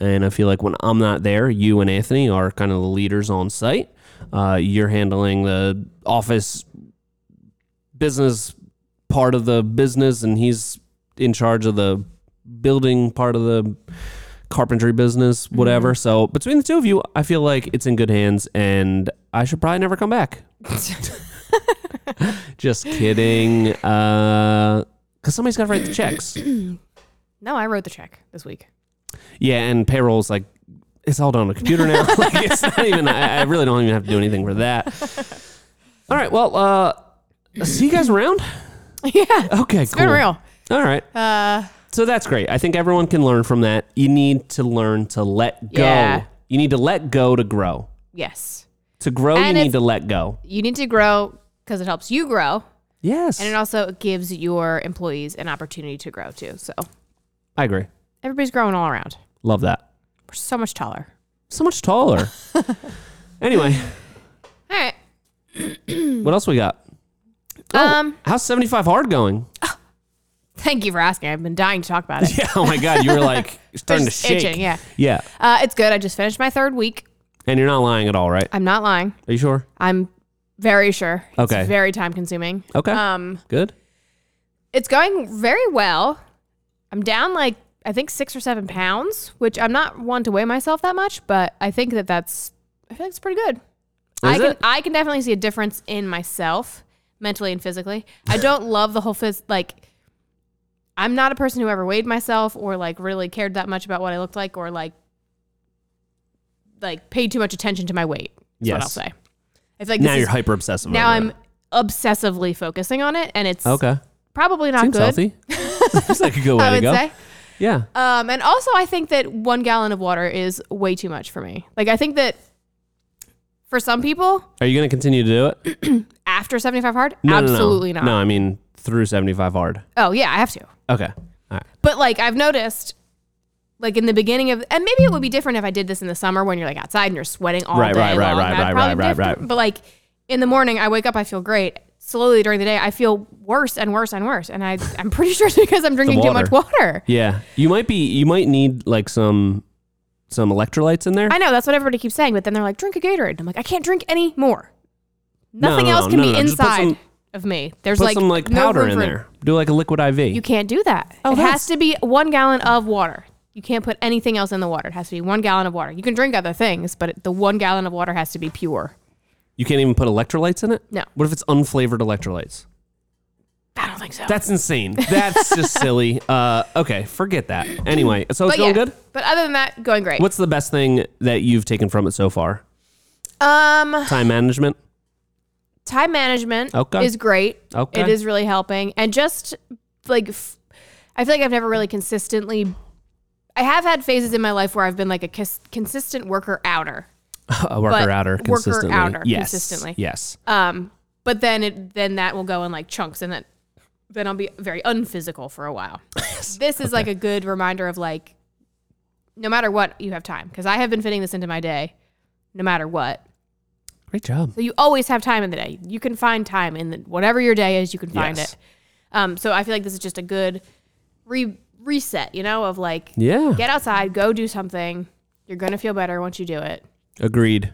[SPEAKER 1] And I feel like when I'm not there, you and Anthony are kind of the leaders on site. Uh, you're handling the office business part of the business, and he's in charge of the building part of the carpentry business, whatever. So between the two of you, I feel like it's in good hands, and I should probably never come back. Just kidding. Because somebody's got to write the checks.
[SPEAKER 2] no, I wrote the check this week.
[SPEAKER 1] Yeah, and payroll's like it's all done on a computer now. like it's not even. I, I really don't even have to do anything for that. All right. Well, uh, see you guys around.
[SPEAKER 2] yeah.
[SPEAKER 1] Okay,
[SPEAKER 2] It's
[SPEAKER 1] cool.
[SPEAKER 2] been real.
[SPEAKER 1] All right.
[SPEAKER 2] Uh,
[SPEAKER 1] So that's great. I think everyone can learn from that. You need to learn to let go.
[SPEAKER 2] Yeah.
[SPEAKER 1] You need to let go to grow.
[SPEAKER 2] yes.
[SPEAKER 1] To grow,
[SPEAKER 2] And
[SPEAKER 1] you
[SPEAKER 2] if-
[SPEAKER 1] need to let go.
[SPEAKER 2] You need to grow because it helps you grow.
[SPEAKER 1] Yes.
[SPEAKER 2] And it also gives your employees an opportunity to grow too. So
[SPEAKER 1] I agree.
[SPEAKER 2] everybody's growing all around.
[SPEAKER 1] Love that.
[SPEAKER 2] We're so much taller.
[SPEAKER 1] So much taller. anyway,
[SPEAKER 2] All right.
[SPEAKER 1] what else we got?
[SPEAKER 2] Um,
[SPEAKER 1] How's 75 hard going?
[SPEAKER 2] thank you for asking. I've been dying to talk about it.
[SPEAKER 1] Yeah. Oh my God. You were like starting to
[SPEAKER 2] Just
[SPEAKER 1] shake.
[SPEAKER 2] itching, yeah.
[SPEAKER 1] Yeah.
[SPEAKER 2] Uh, it's good. I just finished my third week.
[SPEAKER 1] And you're not lying at all, right?
[SPEAKER 2] I'm not lying.
[SPEAKER 1] Are you sure?
[SPEAKER 2] I'm very sure. It's
[SPEAKER 1] Okay.
[SPEAKER 2] very time consuming.
[SPEAKER 1] Okay.
[SPEAKER 2] Um,
[SPEAKER 1] Good.
[SPEAKER 2] it's going very well. I'm down like I think six or seven pounds, which I'm not one to weigh myself that much, but I think that that's I think it's pretty good. I
[SPEAKER 1] Is
[SPEAKER 2] can
[SPEAKER 1] it?
[SPEAKER 2] I can definitely see a difference in myself mentally and physically. I don't love the whole phys like I'm not a person who ever weighed myself or like really cared that much about what I looked like or like like paid too much attention to my weight. Is what I'll
[SPEAKER 1] Yes.
[SPEAKER 2] say. I feel like
[SPEAKER 1] Now
[SPEAKER 2] this
[SPEAKER 1] you're
[SPEAKER 2] is,
[SPEAKER 1] hyper obsessive.
[SPEAKER 2] now
[SPEAKER 1] over
[SPEAKER 2] I'm
[SPEAKER 1] it.
[SPEAKER 2] obsessively focusing on it and it's
[SPEAKER 1] Okay.
[SPEAKER 2] probably not
[SPEAKER 1] Seems
[SPEAKER 2] good.
[SPEAKER 1] healthy. Seems like a good way
[SPEAKER 2] I
[SPEAKER 1] to
[SPEAKER 2] would
[SPEAKER 1] go.
[SPEAKER 2] say.
[SPEAKER 1] Yeah.
[SPEAKER 2] Um, and also, I think that one gallon of water is way too much for me. Like, I think that for some people,
[SPEAKER 1] Are you going to continue to do it?
[SPEAKER 2] after 75 hard,
[SPEAKER 1] No, no, no.
[SPEAKER 2] absolutely
[SPEAKER 1] No,
[SPEAKER 2] not.
[SPEAKER 1] I mean through 75 hard.
[SPEAKER 2] Oh, yeah, I have to.
[SPEAKER 1] Okay. All right.
[SPEAKER 2] But, like, I've noticed, like, in the beginning of, and maybe it would be different if I did this in the summer when you're, like, outside and you're sweating all
[SPEAKER 1] Right,
[SPEAKER 2] day.
[SPEAKER 1] right, right,
[SPEAKER 2] long.
[SPEAKER 1] right,
[SPEAKER 2] That'd
[SPEAKER 1] right,
[SPEAKER 2] probably be
[SPEAKER 1] right, right,
[SPEAKER 2] different.
[SPEAKER 1] right.
[SPEAKER 2] But, like, in the morning, I wake up, I feel great. Slowly during the day, I feel worse and worse and worse. And I, I'm pretty sure it's because I'm drinking too much water.
[SPEAKER 1] Yeah. You might be you might need like some some electrolytes in there.
[SPEAKER 2] I know that's what everybody keeps saying, but then they're like, drink a Gatorade. And I'm like, I can't drink any more. Nothing
[SPEAKER 1] no,
[SPEAKER 2] else
[SPEAKER 1] no,
[SPEAKER 2] can
[SPEAKER 1] no,
[SPEAKER 2] be
[SPEAKER 1] no, just put
[SPEAKER 2] inside
[SPEAKER 1] some-
[SPEAKER 2] of me. There's
[SPEAKER 1] Put
[SPEAKER 2] like,
[SPEAKER 1] some like
[SPEAKER 2] no
[SPEAKER 1] powder
[SPEAKER 2] room
[SPEAKER 1] in
[SPEAKER 2] for-
[SPEAKER 1] there. Do like a liquid IV.
[SPEAKER 2] You can't do that. it has
[SPEAKER 1] that's-
[SPEAKER 2] to be one gallon of water. You can't put anything else in the water. It has to be one gallon of water. You can drink other things, but it, the one gallon of water has to be pure.
[SPEAKER 1] You can't even put electrolytes in it?
[SPEAKER 2] No.
[SPEAKER 1] What if it's unflavored electrolytes?
[SPEAKER 2] I don't think so.
[SPEAKER 1] That's insane. That's just silly. Uh, okay, forget that. Anyway, so it's
[SPEAKER 2] but
[SPEAKER 1] going
[SPEAKER 2] yeah.
[SPEAKER 1] good?
[SPEAKER 2] But other than that, going great.
[SPEAKER 1] What's the best thing that you've taken from it so far?
[SPEAKER 2] Um,
[SPEAKER 1] Time management?
[SPEAKER 2] time management
[SPEAKER 1] Okay.
[SPEAKER 2] is great.
[SPEAKER 1] Okay.
[SPEAKER 2] It is really helping. And just like, f- I feel like I've never really consistently, I have had phases in my life where I've been like a cons- consistent worker outer.
[SPEAKER 1] A worker
[SPEAKER 2] But
[SPEAKER 1] outer
[SPEAKER 2] worker
[SPEAKER 1] consistently.
[SPEAKER 2] outer
[SPEAKER 1] yes.
[SPEAKER 2] consistently.
[SPEAKER 1] Yes.
[SPEAKER 2] Um, but then it, then that will go in like chunks and then, then I'll be very unphysical for a while. this is like a good reminder of like, no matter what, you have time. Cause I have been fitting this into my day no matter what.
[SPEAKER 1] Great job.
[SPEAKER 2] So you always have time in the day. You can find time in the, whatever your day is. You can find
[SPEAKER 1] Yes.
[SPEAKER 2] it. Um, so I feel like this is just a good re- reset, you know, of like
[SPEAKER 1] Yeah.
[SPEAKER 2] get outside, go do something. You're gonna feel better once you do it.
[SPEAKER 1] Agreed.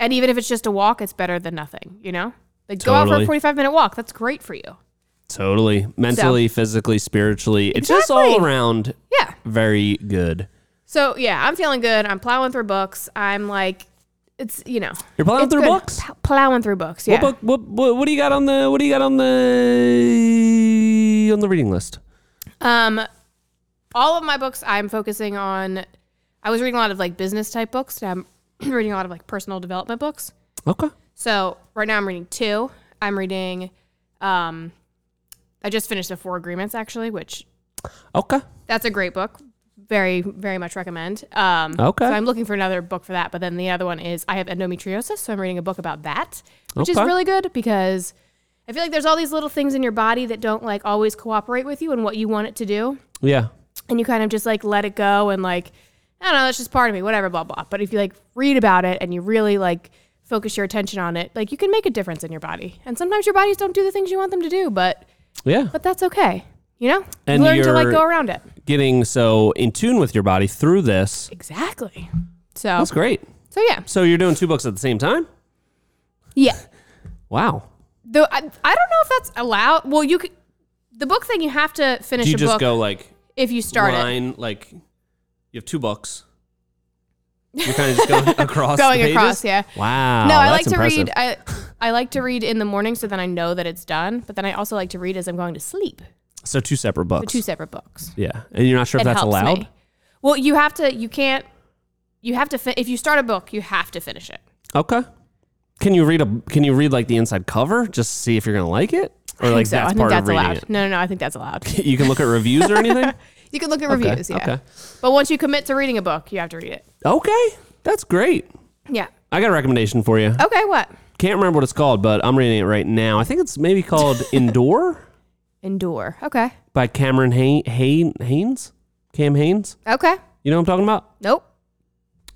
[SPEAKER 2] And even if it's just a walk, it's better than nothing, you know. Like go out for a
[SPEAKER 1] Totally.
[SPEAKER 2] 45 minute walk. That's great for you.
[SPEAKER 1] Totally. Mentally, physically, spiritually. It's just all
[SPEAKER 2] Exactly.
[SPEAKER 1] around
[SPEAKER 2] Yeah.
[SPEAKER 1] very good.
[SPEAKER 2] So yeah, I'm feeling good. I'm plowing through books. I'm like, it's you know,
[SPEAKER 1] You're plowing
[SPEAKER 2] it's
[SPEAKER 1] through
[SPEAKER 2] good.
[SPEAKER 1] books?
[SPEAKER 2] P- plowing through books. Yeah.
[SPEAKER 1] What book? What, what, what do you got on the? What do you got on the on the reading list?
[SPEAKER 2] Um, all of my books, I'm focusing on. I was reading a lot of like business type books. Now I'm reading a lot of like personal development books.
[SPEAKER 1] Okay.
[SPEAKER 2] So right now I'm reading two. I'm reading. Um, I just finished the Four Agreements actually, which
[SPEAKER 1] Okay.
[SPEAKER 2] that's a great book. Very, very much recommend. Um,
[SPEAKER 1] Okay.
[SPEAKER 2] So I'm looking for another book for that. But then the other one is I have endometriosis, so I'm reading a book about that, which is
[SPEAKER 1] Okay.
[SPEAKER 2] really good because I feel like there's all these little things in your body that don't like always cooperate with you and what you want it to do
[SPEAKER 1] Yeah.
[SPEAKER 2] and you kind of just like let it go and like I don't know, that's just part of me, whatever, blah blah. But if you like read about it and you really like focus your attention on it, like you can make a difference in your body. And sometimes your bodies don't do the things you want them to do, but
[SPEAKER 1] Yeah.
[SPEAKER 2] but that's okay. You know?
[SPEAKER 1] And
[SPEAKER 2] you learn to like
[SPEAKER 1] you're-
[SPEAKER 2] go around it.
[SPEAKER 1] Getting so in tune with your body through this.
[SPEAKER 2] Exactly. So
[SPEAKER 1] That's great.
[SPEAKER 2] so yeah.
[SPEAKER 1] So you're doing two books at the same time?
[SPEAKER 2] Yeah.
[SPEAKER 1] Wow.
[SPEAKER 2] Though I, I don't know if that's allowed. Well, you could the book thing you have to finish
[SPEAKER 1] Do you
[SPEAKER 2] a
[SPEAKER 1] just
[SPEAKER 2] book
[SPEAKER 1] go like
[SPEAKER 2] if you start it.
[SPEAKER 1] line like you have two books? You're kind of just going across. the
[SPEAKER 2] Going
[SPEAKER 1] pages?
[SPEAKER 2] across, yeah.
[SPEAKER 1] Wow.
[SPEAKER 2] No, I
[SPEAKER 1] Oh, that's
[SPEAKER 2] like to
[SPEAKER 1] impressive.
[SPEAKER 2] read. I I like to read in the morning, so then I know that it's done. But then I also like to read as I'm going to sleep.
[SPEAKER 1] So two separate books.
[SPEAKER 2] Two separate books.
[SPEAKER 1] yeah, and you're not sure if
[SPEAKER 2] It
[SPEAKER 1] that's
[SPEAKER 2] helps
[SPEAKER 1] allowed.
[SPEAKER 2] me. Well, you have to. You can't. You have to. Fi- if you start a book, you have to finish it.
[SPEAKER 1] Okay. Can you read a? Can you read like the inside cover just to see if you're gonna like it? Or like that's part of reading
[SPEAKER 2] allowed.
[SPEAKER 1] it.
[SPEAKER 2] No, no, no. I think that's allowed.
[SPEAKER 1] You can look at reviews or anything.
[SPEAKER 2] You can look at reviews, yeah.
[SPEAKER 1] okay.
[SPEAKER 2] But once you commit to reading a book, you have to read it.
[SPEAKER 1] okay, that's great.
[SPEAKER 2] Yeah.
[SPEAKER 1] I got a recommendation for you.
[SPEAKER 2] Okay. What?
[SPEAKER 1] Can't remember what it's called, but I'm reading it right now. I think it's maybe called Endure
[SPEAKER 2] Endure. Okay.
[SPEAKER 1] by Cameron Hay- Hay- Haynes. Cam Haynes.
[SPEAKER 2] Okay.
[SPEAKER 1] You know what I'm talking about?
[SPEAKER 2] Nope.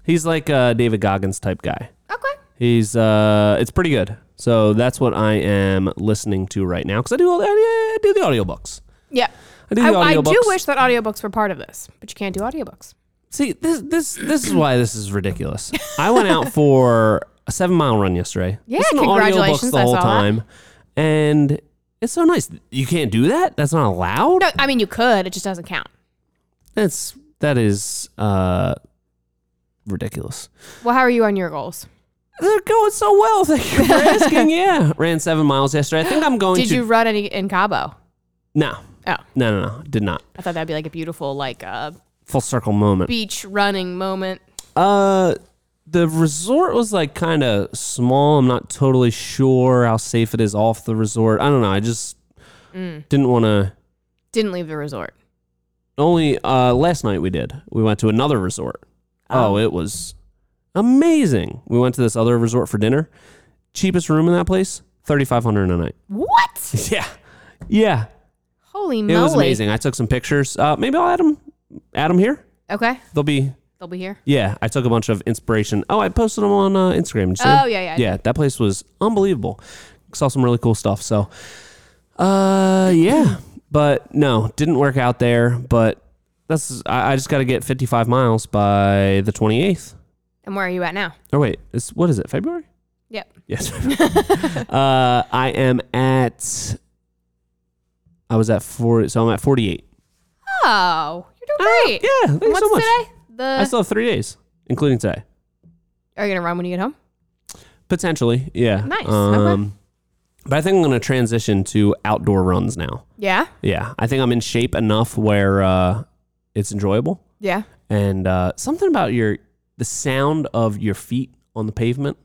[SPEAKER 1] He's like a David Goggins type guy.
[SPEAKER 2] Okay.
[SPEAKER 1] He's uh, it's pretty good. So that's what I am listening to right now because I do all- I, I do the audiobooks.
[SPEAKER 2] Yeah.
[SPEAKER 1] I do the
[SPEAKER 2] I, I
[SPEAKER 1] audiobooks.
[SPEAKER 2] do wish that audiobooks were part of this, but you can't do audiobooks.
[SPEAKER 1] See this this this is why this is ridiculous. I went out for a seven mile run yesterday.
[SPEAKER 2] Yeah,
[SPEAKER 1] Listened to
[SPEAKER 2] congratulations,
[SPEAKER 1] audiobooks the
[SPEAKER 2] I
[SPEAKER 1] whole
[SPEAKER 2] saw that.
[SPEAKER 1] time, and it's so nice. You can't do that. That's not allowed.
[SPEAKER 2] No, I mean you could. It just doesn't count.
[SPEAKER 1] That's that is uh ridiculous.
[SPEAKER 2] Well, how are you on your goals?
[SPEAKER 1] They're going so well. Thank you for asking. yeah, ran seven miles yesterday. I think I'm going
[SPEAKER 2] Did
[SPEAKER 1] to.
[SPEAKER 2] you run any in Cabo?
[SPEAKER 1] No,
[SPEAKER 2] Oh,
[SPEAKER 1] no, no, no. Did not.
[SPEAKER 2] I thought that'd be like a beautiful like uh,
[SPEAKER 1] Full circle moment.
[SPEAKER 2] beach running moment.
[SPEAKER 1] Uh, the resort was like kind of small. I'm not totally sure how safe it is off the resort. I don't know. I just
[SPEAKER 2] Mm.
[SPEAKER 1] didn't want to.
[SPEAKER 2] Didn't leave the resort.
[SPEAKER 1] Only uh, last night we did. We went to another resort. Oh, it was amazing. We went to this other resort for dinner. Cheapest room in that place, thirty five hundred a night.
[SPEAKER 2] What?
[SPEAKER 1] Yeah, yeah.
[SPEAKER 2] Holy
[SPEAKER 1] It
[SPEAKER 2] moly!
[SPEAKER 1] was amazing. I took some pictures. Uh, maybe I'll add them. Add 'em here.
[SPEAKER 2] Okay,
[SPEAKER 1] They'll be
[SPEAKER 2] they'll be here.
[SPEAKER 1] Yeah, I took a bunch of inspiration. Oh, I posted them on uh, Instagram. Did you see them?
[SPEAKER 2] Oh, yeah, yeah, I
[SPEAKER 1] yeah. That place was unbelievable. Saw some really cool stuff. So, uh, yeah, but no, didn't work out there. But that's I, I just got to get 55 miles by the 28th.
[SPEAKER 2] And where are you at now?
[SPEAKER 1] Oh wait, it's what is it? February?
[SPEAKER 2] Yep.
[SPEAKER 1] Yes. uh, I am at. I was at four, so I'm at 48.
[SPEAKER 2] Oh, you're doing great.
[SPEAKER 1] Yeah, thanks
[SPEAKER 2] What's
[SPEAKER 1] so much. I
[SPEAKER 2] today? The
[SPEAKER 1] still have three days, including today.
[SPEAKER 2] are you gonna run when you get home?
[SPEAKER 1] Potentially, yeah. Um,
[SPEAKER 2] Nice, okay.
[SPEAKER 1] But I think I'm going to transition to outdoor runs now.
[SPEAKER 2] Yeah.
[SPEAKER 1] Yeah, I think I'm in shape enough where uh, it's enjoyable,
[SPEAKER 2] Yeah.
[SPEAKER 1] and uh, something about your the sound of your feet on the pavement.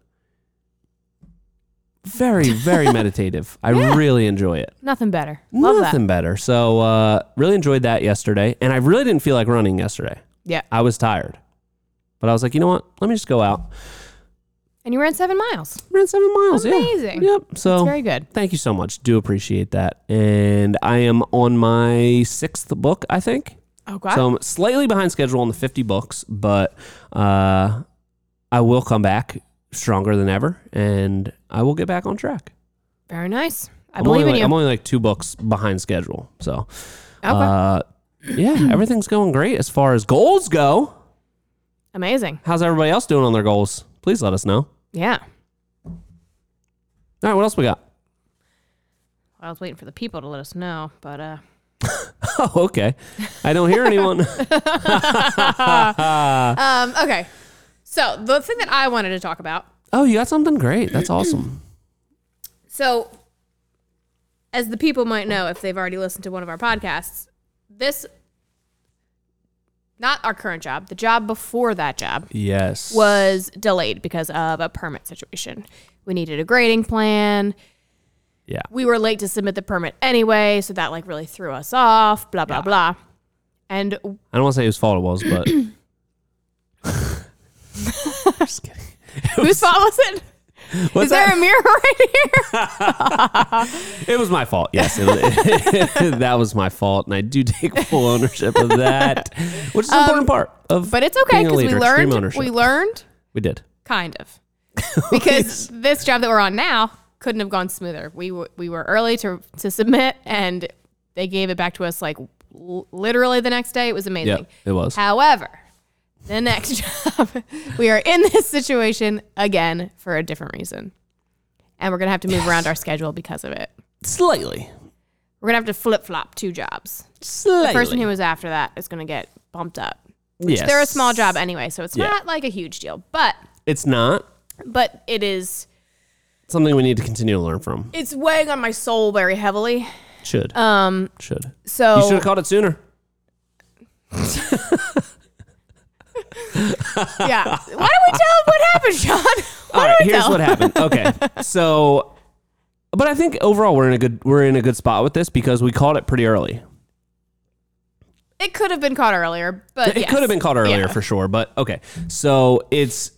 [SPEAKER 1] Very, very meditative. I really enjoy it.
[SPEAKER 2] Nothing better. Love that.
[SPEAKER 1] Nothing better. So uh, really enjoyed that yesterday, and I really didn't feel like running yesterday.
[SPEAKER 2] Yeah.
[SPEAKER 1] I was tired, but I was like, you know what? Let me just go out.
[SPEAKER 2] And you ran seven miles.
[SPEAKER 1] Ran seven miles. yeah.
[SPEAKER 2] Amazing.
[SPEAKER 1] Yep. So
[SPEAKER 2] It's very good.
[SPEAKER 1] Thank you so much. Do appreciate that. And I am on my sixth book, I think.
[SPEAKER 2] Oh god.
[SPEAKER 1] So I'm slightly behind schedule on the 50 books, but uh, I will come back stronger than ever and I will get back on track.
[SPEAKER 2] very nice. I
[SPEAKER 1] I'm
[SPEAKER 2] believe
[SPEAKER 1] only
[SPEAKER 2] in
[SPEAKER 1] like,
[SPEAKER 2] you.
[SPEAKER 1] I'm only like two books behind schedule. So, uh, yeah, everything's going great as far as goals go.
[SPEAKER 2] Amazing.
[SPEAKER 1] How's everybody else doing on their goals? Please let us know. All
[SPEAKER 2] Yeah.
[SPEAKER 1] right, what else we got?
[SPEAKER 2] I was waiting for the people to let us know, but uh
[SPEAKER 1] Oh, okay. I don't hear anyone. Uh,
[SPEAKER 2] um okay. So, the thing that I wanted to talk about.
[SPEAKER 1] oh, you got something great. That's awesome.
[SPEAKER 2] So, as the people might know if they've already listened to one of our podcasts, this not our current job, the job before that job
[SPEAKER 1] Yes.
[SPEAKER 2] was delayed because of a permit situation. We needed a grading plan.
[SPEAKER 1] Yeah.
[SPEAKER 2] we were late to submit the permit anyway, so that like really threw us off, blah, blah, blah. And
[SPEAKER 1] I don't want to say whose fault it was, but. Just kidding.
[SPEAKER 2] whose fault was it?
[SPEAKER 1] What's
[SPEAKER 2] Is there a mirror right here?
[SPEAKER 1] It was my fault. Yes, it was, that was my fault, and I do take full ownership of that, which is an important part of.
[SPEAKER 2] Um, But it's okay
[SPEAKER 1] being a
[SPEAKER 2] because we
[SPEAKER 1] leader, extreme
[SPEAKER 2] learned.
[SPEAKER 1] ownership. Oh,
[SPEAKER 2] We learned,
[SPEAKER 1] We did.
[SPEAKER 2] kind of, because this job that we're on now couldn't have gone smoother. We w- we were early to to submit, and they gave it back to us like l- literally the next day. It was amazing.
[SPEAKER 1] Yeah, it was.
[SPEAKER 2] However, the next job, we are in this situation again for a different reason. And we're going to have to move around our schedule because of it.
[SPEAKER 1] Slightly.
[SPEAKER 2] We're going to have to flip flop two jobs.
[SPEAKER 1] Slightly.
[SPEAKER 2] The person who was after that is going to get bumped up.
[SPEAKER 1] yes.
[SPEAKER 2] They're a small job anyway, so it's
[SPEAKER 1] Yeah.
[SPEAKER 2] not like a huge deal, but
[SPEAKER 1] It's not
[SPEAKER 2] but it is
[SPEAKER 1] something we need to continue to learn from.
[SPEAKER 2] it's weighing on my soul very heavily.
[SPEAKER 1] Should. Um. Should. You should
[SPEAKER 2] So
[SPEAKER 1] have called it sooner.
[SPEAKER 2] yeah, why don't we tell them what happened, Sean? Why
[SPEAKER 1] All right,
[SPEAKER 2] don't we
[SPEAKER 1] here's
[SPEAKER 2] tell
[SPEAKER 1] what happened. Okay. so But I think overall we're in a good we're in a good spot with this because we called it pretty early.
[SPEAKER 2] It could have been caught earlier, but
[SPEAKER 1] it
[SPEAKER 2] yes.
[SPEAKER 1] could have been caught earlier
[SPEAKER 2] Yeah.
[SPEAKER 1] for sure, but okay. So it's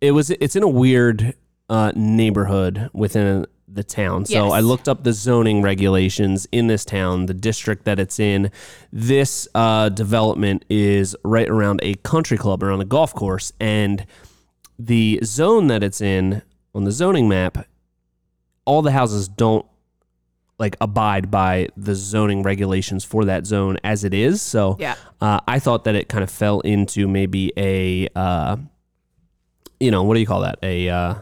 [SPEAKER 1] it was it's in a weird uh, neighborhood within the town. So
[SPEAKER 2] Yes.
[SPEAKER 1] I looked up the zoning regulations in this town, the district that it's in. This uh, development is right around a country club around a golf course, and the zone that it's in on the zoning map, all the houses don't like abide by the zoning regulations for that zone as it is. So
[SPEAKER 2] Yeah.
[SPEAKER 1] uh, I thought that it kind of fell into maybe a, uh, you know, what do you call that? A uh,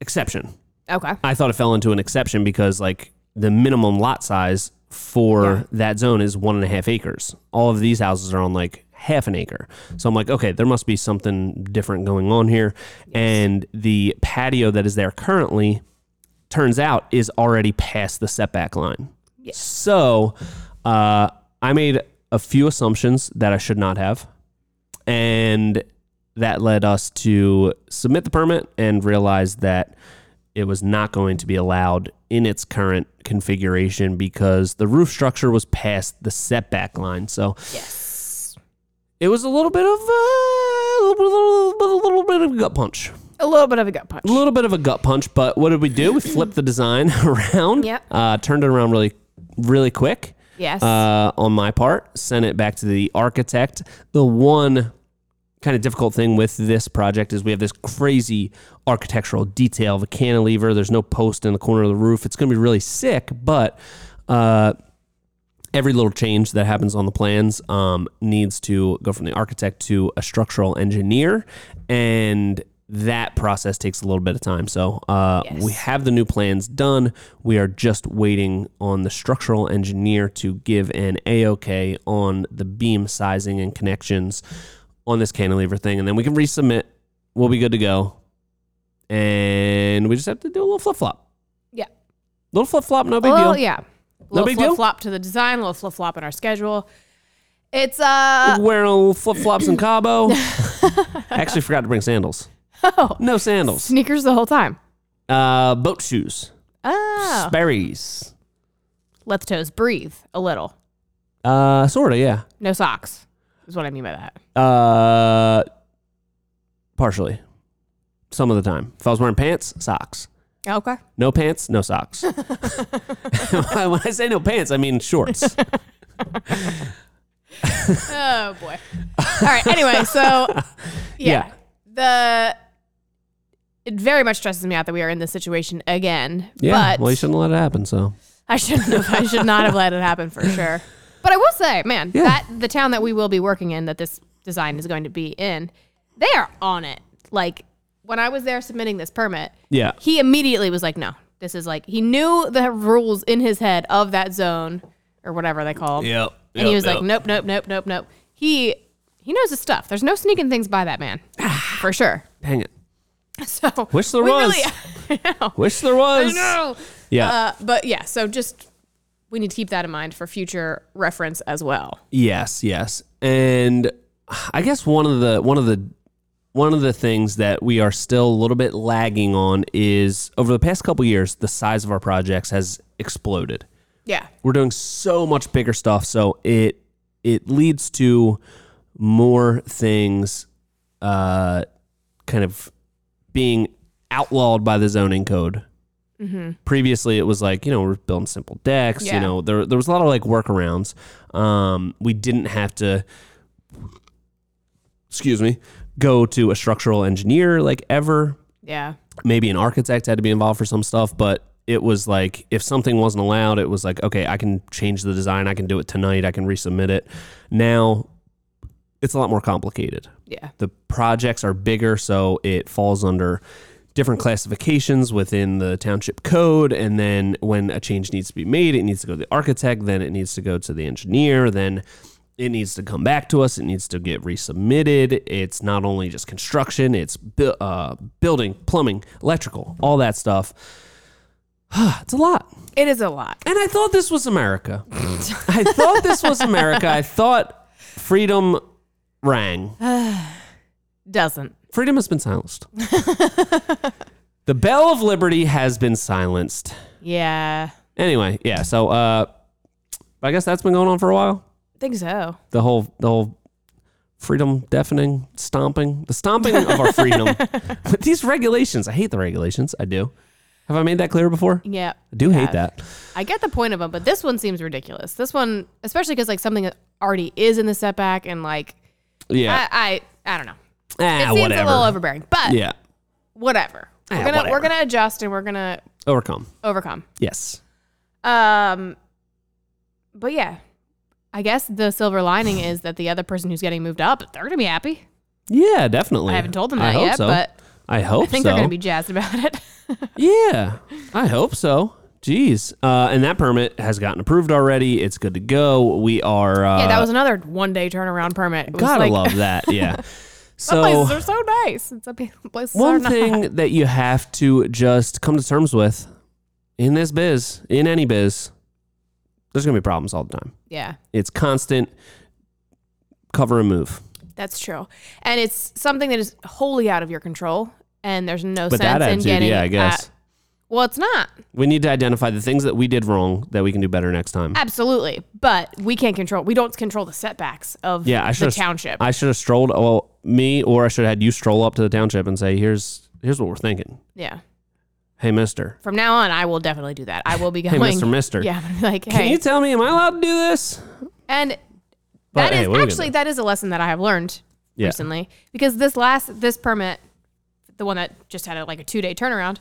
[SPEAKER 1] exception.
[SPEAKER 2] Okay.
[SPEAKER 1] I thought it fell into an exception because like the minimum lot size for
[SPEAKER 2] Yeah.
[SPEAKER 1] that zone is one and a half acres. All of these houses are on like half an acre. So I'm like, okay, there must be something different going on here. And the patio that is there currently turns out is already past the setback line.
[SPEAKER 2] Yes.
[SPEAKER 1] So uh, I made a few assumptions that I should not have. And that led us to submit the permit and realize that it was not going to be allowed in its current configuration because the roof structure was past the setback line. So
[SPEAKER 2] Yes.
[SPEAKER 1] it was a little bit of uh, a little, little, little bit of a gut punch.
[SPEAKER 2] A little bit of a gut punch.
[SPEAKER 1] A little bit of a gut punch, but what did we do? We flipped the design around,
[SPEAKER 2] Yep.
[SPEAKER 1] uh, turned it around really, really quick
[SPEAKER 2] Yes.
[SPEAKER 1] uh, on my part, sent it back to the architect. The one kind of difficult thing with this project is we have this crazy architectural detail of a cantilever. There's no post in the corner of the roof. It's going to be really sick, but uh, every little change that happens on the plans um, needs to go from the architect to a structural engineer and that process takes a little bit of time so uh,
[SPEAKER 2] Yes.
[SPEAKER 1] we have the new plans done we are just waiting on the structural engineer to give an a-ok on the beam sizing and connections on this cantilever thing and then we can resubmit we'll be good to go and we just have to do a little flip-flop
[SPEAKER 2] yeah.
[SPEAKER 1] little flip-flop no big
[SPEAKER 2] Well,
[SPEAKER 1] deal
[SPEAKER 2] yeah. Little
[SPEAKER 1] big deal.
[SPEAKER 2] flip flop to the design, little flip flop in our schedule. It's uh
[SPEAKER 1] wearing a little flip flops in Cabo. Actually, forgot to bring sandals.
[SPEAKER 2] oh,
[SPEAKER 1] No sandals.
[SPEAKER 2] sneakers the whole time.
[SPEAKER 1] Uh, boat shoes.
[SPEAKER 2] Oh,
[SPEAKER 1] Sperry's.
[SPEAKER 2] let the toes breathe a little.
[SPEAKER 1] Uh, sorta, yeah.
[SPEAKER 2] No socks is what I mean by that.
[SPEAKER 1] Uh, partially. Some of the time. If I was wearing pants, socks.
[SPEAKER 2] Okay.
[SPEAKER 1] No pants, no socks. when I say no pants, I mean shorts.
[SPEAKER 2] Oh boy. All right. Anyway, so yeah, the it very much stresses me out that we are in this situation again.
[SPEAKER 1] Yeah.
[SPEAKER 2] But
[SPEAKER 1] well, you shouldn't let it happen. So
[SPEAKER 2] I shouldn't have. I should not have let it happen for sure. But I will say, man, that the town that we will be working in, that this design is going to be in, they are on it. Like when I was there submitting this permit,
[SPEAKER 1] yeah,
[SPEAKER 2] he immediately was like, "No, this is like." He knew the rules in his head of that zone or whatever they call. 'em.
[SPEAKER 1] Yep,
[SPEAKER 2] And he
[SPEAKER 1] yep,
[SPEAKER 2] was like,
[SPEAKER 1] yep.
[SPEAKER 2] "Nope, nope, nope, nope, nope." He he knows his stuff. There's no sneaking things by that man, for sure.
[SPEAKER 1] dang it.
[SPEAKER 2] So
[SPEAKER 1] Wish there
[SPEAKER 2] we
[SPEAKER 1] was.
[SPEAKER 2] Really, I know.
[SPEAKER 1] Wish there was.
[SPEAKER 2] I know.
[SPEAKER 1] Yeah,
[SPEAKER 2] Uh, but yeah, so just we need to keep that in mind for future reference as well.
[SPEAKER 1] Yes, yes. And I guess one of the one of the one of the things that we are still a little bit lagging on is over the past couple years the size of our projects has exploded.
[SPEAKER 2] Yeah.
[SPEAKER 1] We're doing so much bigger stuff so it it leads to more things uh kind of being outlawed by the zoning code. Previously, it was like you know we're building simple decks. You
[SPEAKER 2] Yeah.
[SPEAKER 1] know there there was a lot of like workarounds. Um, we didn't have to, excuse me, go to a structural engineer like ever.
[SPEAKER 2] Yeah.
[SPEAKER 1] Maybe an architect had to be involved for some stuff, but it was like if something wasn't allowed, it was like okay, I can change the design. I can do it tonight. I can resubmit it. Now, it's a lot more complicated
[SPEAKER 2] Yeah.
[SPEAKER 1] the projects are bigger, so it falls under different classifications within the township code. And then when a change needs to be made, it needs to go to the architect, then it needs to go to the engineer, then it needs to come back to us. It needs to get resubmitted. It's not only just construction; it's bu- uh, building, plumbing, electrical, all that stuff. it's a lot.
[SPEAKER 2] It is a lot.
[SPEAKER 1] And I thought this was America. I thought this was America. I thought freedom rang
[SPEAKER 2] Doesn't.
[SPEAKER 1] freedom has been silenced. The bell of liberty has been silenced.
[SPEAKER 2] Yeah.
[SPEAKER 1] Anyway, yeah. So uh, I guess that's been going on for a while.
[SPEAKER 2] I think so.
[SPEAKER 1] The whole the whole freedom deafening stomping, the stomping of our freedom. But these regulations, I hate the regulations. I do. Have I made that clear before?
[SPEAKER 2] Yeah.
[SPEAKER 1] I do hate that.
[SPEAKER 2] I get the point of them, but this one seems ridiculous. This one, especially because like something that already is in the setback, and like
[SPEAKER 1] Yeah.
[SPEAKER 2] I, I, I don't know. Uh, It
[SPEAKER 1] ah,
[SPEAKER 2] seems
[SPEAKER 1] whatever.
[SPEAKER 2] a little overbearing, but
[SPEAKER 1] yeah.
[SPEAKER 2] whatever. We're
[SPEAKER 1] Ah,
[SPEAKER 2] gonna we're
[SPEAKER 1] whatever.
[SPEAKER 2] gonna adjust and we're gonna
[SPEAKER 1] Overcome.
[SPEAKER 2] overcome.
[SPEAKER 1] Yes.
[SPEAKER 2] Um, but yeah, I guess the silver lining is that the other person who's getting moved up, they're gonna be happy.
[SPEAKER 1] Yeah, definitely.
[SPEAKER 2] I haven't told them
[SPEAKER 1] I
[SPEAKER 2] that
[SPEAKER 1] hope
[SPEAKER 2] yet,
[SPEAKER 1] so.
[SPEAKER 2] but
[SPEAKER 1] I hope
[SPEAKER 2] I think
[SPEAKER 1] so.
[SPEAKER 2] they're gonna be jazzed about it.
[SPEAKER 1] Yeah, I hope so. Jeez, uh, and that permit has gotten approved already. It's good to go. We are. Uh,
[SPEAKER 2] yeah, that was another one day turnaround permit. It was
[SPEAKER 1] gotta
[SPEAKER 2] like,
[SPEAKER 1] love that. Yeah.
[SPEAKER 2] Some places
[SPEAKER 1] So
[SPEAKER 2] are so nice. And some pe- places are
[SPEAKER 1] one
[SPEAKER 2] not.
[SPEAKER 1] thing that you have to just come to terms with in this biz, in any biz, there's gonna be problems all the time.
[SPEAKER 2] Yeah.
[SPEAKER 1] It's constant cover and move.
[SPEAKER 2] That's true. And it's something that is wholly out of your control. And there's no
[SPEAKER 1] But
[SPEAKER 2] sense
[SPEAKER 1] that
[SPEAKER 2] in
[SPEAKER 1] attitude,
[SPEAKER 2] getting.
[SPEAKER 1] yeah, I guess
[SPEAKER 2] at- well, it's not.
[SPEAKER 1] we need to identify the things that we did wrong that we can do better next time.
[SPEAKER 2] Absolutely. But we can't control, we don't control the setbacks of
[SPEAKER 1] Yeah, I
[SPEAKER 2] the
[SPEAKER 1] should've-
[SPEAKER 2] township.
[SPEAKER 1] I should have strolled. Well, me or I should have had you stroll up to the township and say, "Here's here's what we're thinking.
[SPEAKER 2] yeah.
[SPEAKER 1] Hey, Mister.
[SPEAKER 2] From now on, I will definitely do that. I will be
[SPEAKER 1] Hey,
[SPEAKER 2] going.
[SPEAKER 1] Mister. Mister.
[SPEAKER 2] Yeah. I'm gonna be like,
[SPEAKER 1] Can
[SPEAKER 2] hey.
[SPEAKER 1] you tell me? Am I allowed to do this?
[SPEAKER 2] and
[SPEAKER 1] But,
[SPEAKER 2] that is
[SPEAKER 1] hey, what are we gonna
[SPEAKER 2] actually,
[SPEAKER 1] do?
[SPEAKER 2] that is a lesson that I have learned
[SPEAKER 1] Yeah.
[SPEAKER 2] recently because this last, this permit, the one that just had a, like a two day turnaround,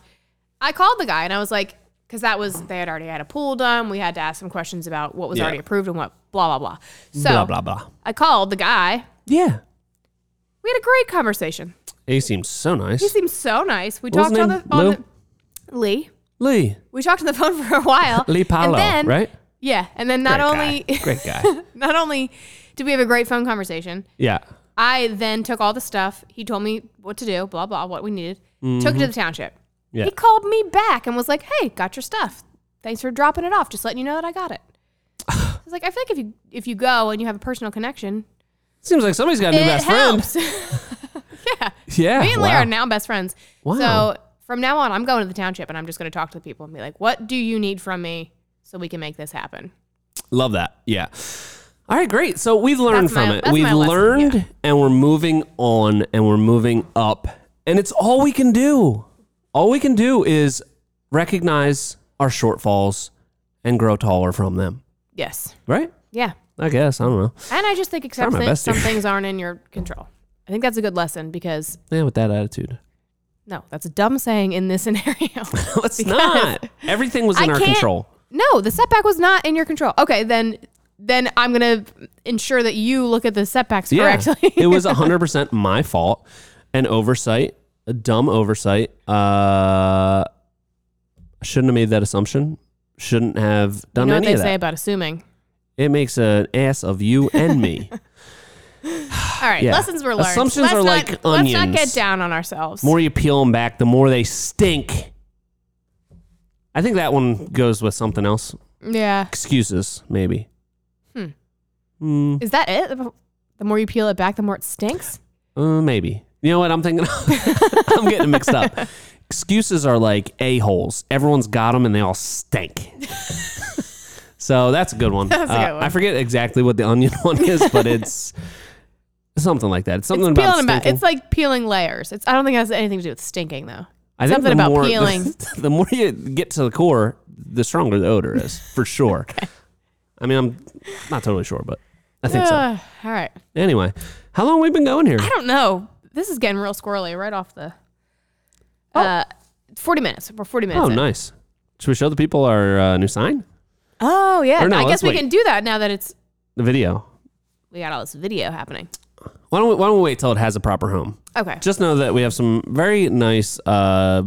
[SPEAKER 2] I called the guy and I was like, because that was, they had already had a pool done. We had to ask some questions about what was
[SPEAKER 1] Yeah.
[SPEAKER 2] already approved and what, blah, blah, blah. So
[SPEAKER 1] blah blah blah.
[SPEAKER 2] I called the guy.
[SPEAKER 1] Yeah.
[SPEAKER 2] We had a great conversation.
[SPEAKER 1] He seems so nice.
[SPEAKER 2] He seemed so nice. We
[SPEAKER 1] What was
[SPEAKER 2] talked
[SPEAKER 1] his
[SPEAKER 2] on
[SPEAKER 1] name?
[SPEAKER 2] the on
[SPEAKER 1] Lou?
[SPEAKER 2] the Lee.
[SPEAKER 1] Lee.
[SPEAKER 2] We talked on the phone for a while.
[SPEAKER 1] Lee Paolo.
[SPEAKER 2] and then,
[SPEAKER 1] right.
[SPEAKER 2] Yeah, and then not
[SPEAKER 1] Great
[SPEAKER 2] only
[SPEAKER 1] guy. great guy.
[SPEAKER 2] not only did we have a great phone conversation,
[SPEAKER 1] Yeah.
[SPEAKER 2] I then took all the stuff. He told me what to do, blah blah, what we needed. Took it to the township.
[SPEAKER 1] Mm-hmm. Yeah.
[SPEAKER 2] He called me back and was like, "Hey, got your stuff. Thanks for dropping it off. Just letting you know that I got it." I was like, "I feel like if you if you go and you have a personal connection,
[SPEAKER 1] Seems like somebody's got a new
[SPEAKER 2] it
[SPEAKER 1] best
[SPEAKER 2] helps."
[SPEAKER 1] friend. Yeah.
[SPEAKER 2] Me and Leah
[SPEAKER 1] wow.
[SPEAKER 2] are now best friends.
[SPEAKER 1] Wow.
[SPEAKER 2] So from now on, I'm going to the township and I'm just going to talk to the people and be like, what do you need from me so we can make this happen?
[SPEAKER 1] Love that. Yeah. All right, great. So we've learned
[SPEAKER 2] That's my-
[SPEAKER 1] from it.
[SPEAKER 2] that's
[SPEAKER 1] We've
[SPEAKER 2] my lesson,
[SPEAKER 1] learned and we're moving on and we're moving up. And it's all we can do. All we can do is recognize our shortfalls and grow taller from them.
[SPEAKER 2] Yes.
[SPEAKER 1] Right?
[SPEAKER 2] Yeah.
[SPEAKER 1] I guess. I don't know.
[SPEAKER 2] And I just think accept
[SPEAKER 1] my
[SPEAKER 2] that
[SPEAKER 1] best
[SPEAKER 2] some
[SPEAKER 1] here.
[SPEAKER 2] things aren't in your control. I think that's a good lesson because
[SPEAKER 1] Yeah, with that attitude.
[SPEAKER 2] no, that's a dumb saying in this scenario.
[SPEAKER 1] Let's not. Everything was in
[SPEAKER 2] I
[SPEAKER 1] our
[SPEAKER 2] can't-
[SPEAKER 1] control.
[SPEAKER 2] no, the setback was not in your control. Okay, then then I'm going to ensure that you look at the setbacks
[SPEAKER 1] Yeah.
[SPEAKER 2] correctly.
[SPEAKER 1] it was 100% my fault. An oversight, a dumb oversight. Uh, shouldn't have made that assumption. Shouldn't have
[SPEAKER 2] you
[SPEAKER 1] done
[SPEAKER 2] know what
[SPEAKER 1] any
[SPEAKER 2] they
[SPEAKER 1] of that.
[SPEAKER 2] say about assuming.
[SPEAKER 1] It makes an ass of you and me.
[SPEAKER 2] All right,
[SPEAKER 1] Yeah.
[SPEAKER 2] lessons were learned.
[SPEAKER 1] Assumptions
[SPEAKER 2] let's
[SPEAKER 1] are
[SPEAKER 2] not,
[SPEAKER 1] like
[SPEAKER 2] Let's not
[SPEAKER 1] onions.
[SPEAKER 2] get down on ourselves.
[SPEAKER 1] the more you peel them back, the more they stink. I think that one goes with something else.
[SPEAKER 2] yeah.
[SPEAKER 1] Excuses, maybe. Hmm.
[SPEAKER 2] Is that it? The more you peel it back, the more it stinks.
[SPEAKER 1] Uh, maybe. You know what I'm thinking? I'm getting mixed up. Excuses are like a holes. Everyone's got them, and they all stink. so that's a good one.
[SPEAKER 2] That's a
[SPEAKER 1] Uh,
[SPEAKER 2] good one.
[SPEAKER 1] I forget exactly what the onion one is, but it's something like that. It's something
[SPEAKER 2] it's
[SPEAKER 1] about
[SPEAKER 2] peeling back.
[SPEAKER 1] stinking.
[SPEAKER 2] It's like peeling layers. It's I don't think it has anything to do with stinking though.
[SPEAKER 1] I think
[SPEAKER 2] Something
[SPEAKER 1] the
[SPEAKER 2] about
[SPEAKER 1] more,
[SPEAKER 2] peeling.
[SPEAKER 1] The, more you get to the core, the stronger the odor is, for sure. I mean, I'm not totally sure, but I think so.
[SPEAKER 2] Ugh, all right.
[SPEAKER 1] Anyway, how long we been going here?
[SPEAKER 2] Uh, I don't know. This is getting real squirrely right off the. Uh, forty minutes. We're forty minutes.
[SPEAKER 1] Oh,
[SPEAKER 2] in.
[SPEAKER 1] nice. Should we show the people our uh, new sign?
[SPEAKER 2] Oh yeah.
[SPEAKER 1] Or no,
[SPEAKER 2] I
[SPEAKER 1] let's
[SPEAKER 2] guess we
[SPEAKER 1] wait.
[SPEAKER 2] can do that now that it's
[SPEAKER 1] The video.
[SPEAKER 2] we got all this video happening.
[SPEAKER 1] Why don't we, why don't we wait till it has a proper home?
[SPEAKER 2] Okay.
[SPEAKER 1] Just know that we have some very nice. Uh,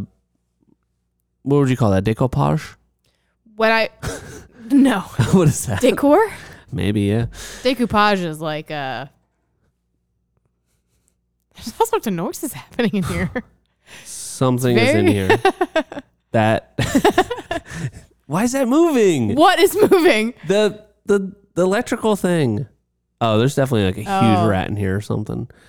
[SPEAKER 1] what would you call that? Decoupage?
[SPEAKER 2] When I no
[SPEAKER 1] what is that?
[SPEAKER 2] decor
[SPEAKER 1] Maybe yeah.
[SPEAKER 2] decoupage is like uh. There's all sorts of noises happening in here.
[SPEAKER 1] Something is in
[SPEAKER 2] Very-
[SPEAKER 1] here. that. why is that moving?
[SPEAKER 2] what is moving?
[SPEAKER 1] The the the electrical thing. Oh, there's definitely like a huge
[SPEAKER 2] Oh.
[SPEAKER 1] rat in here or something.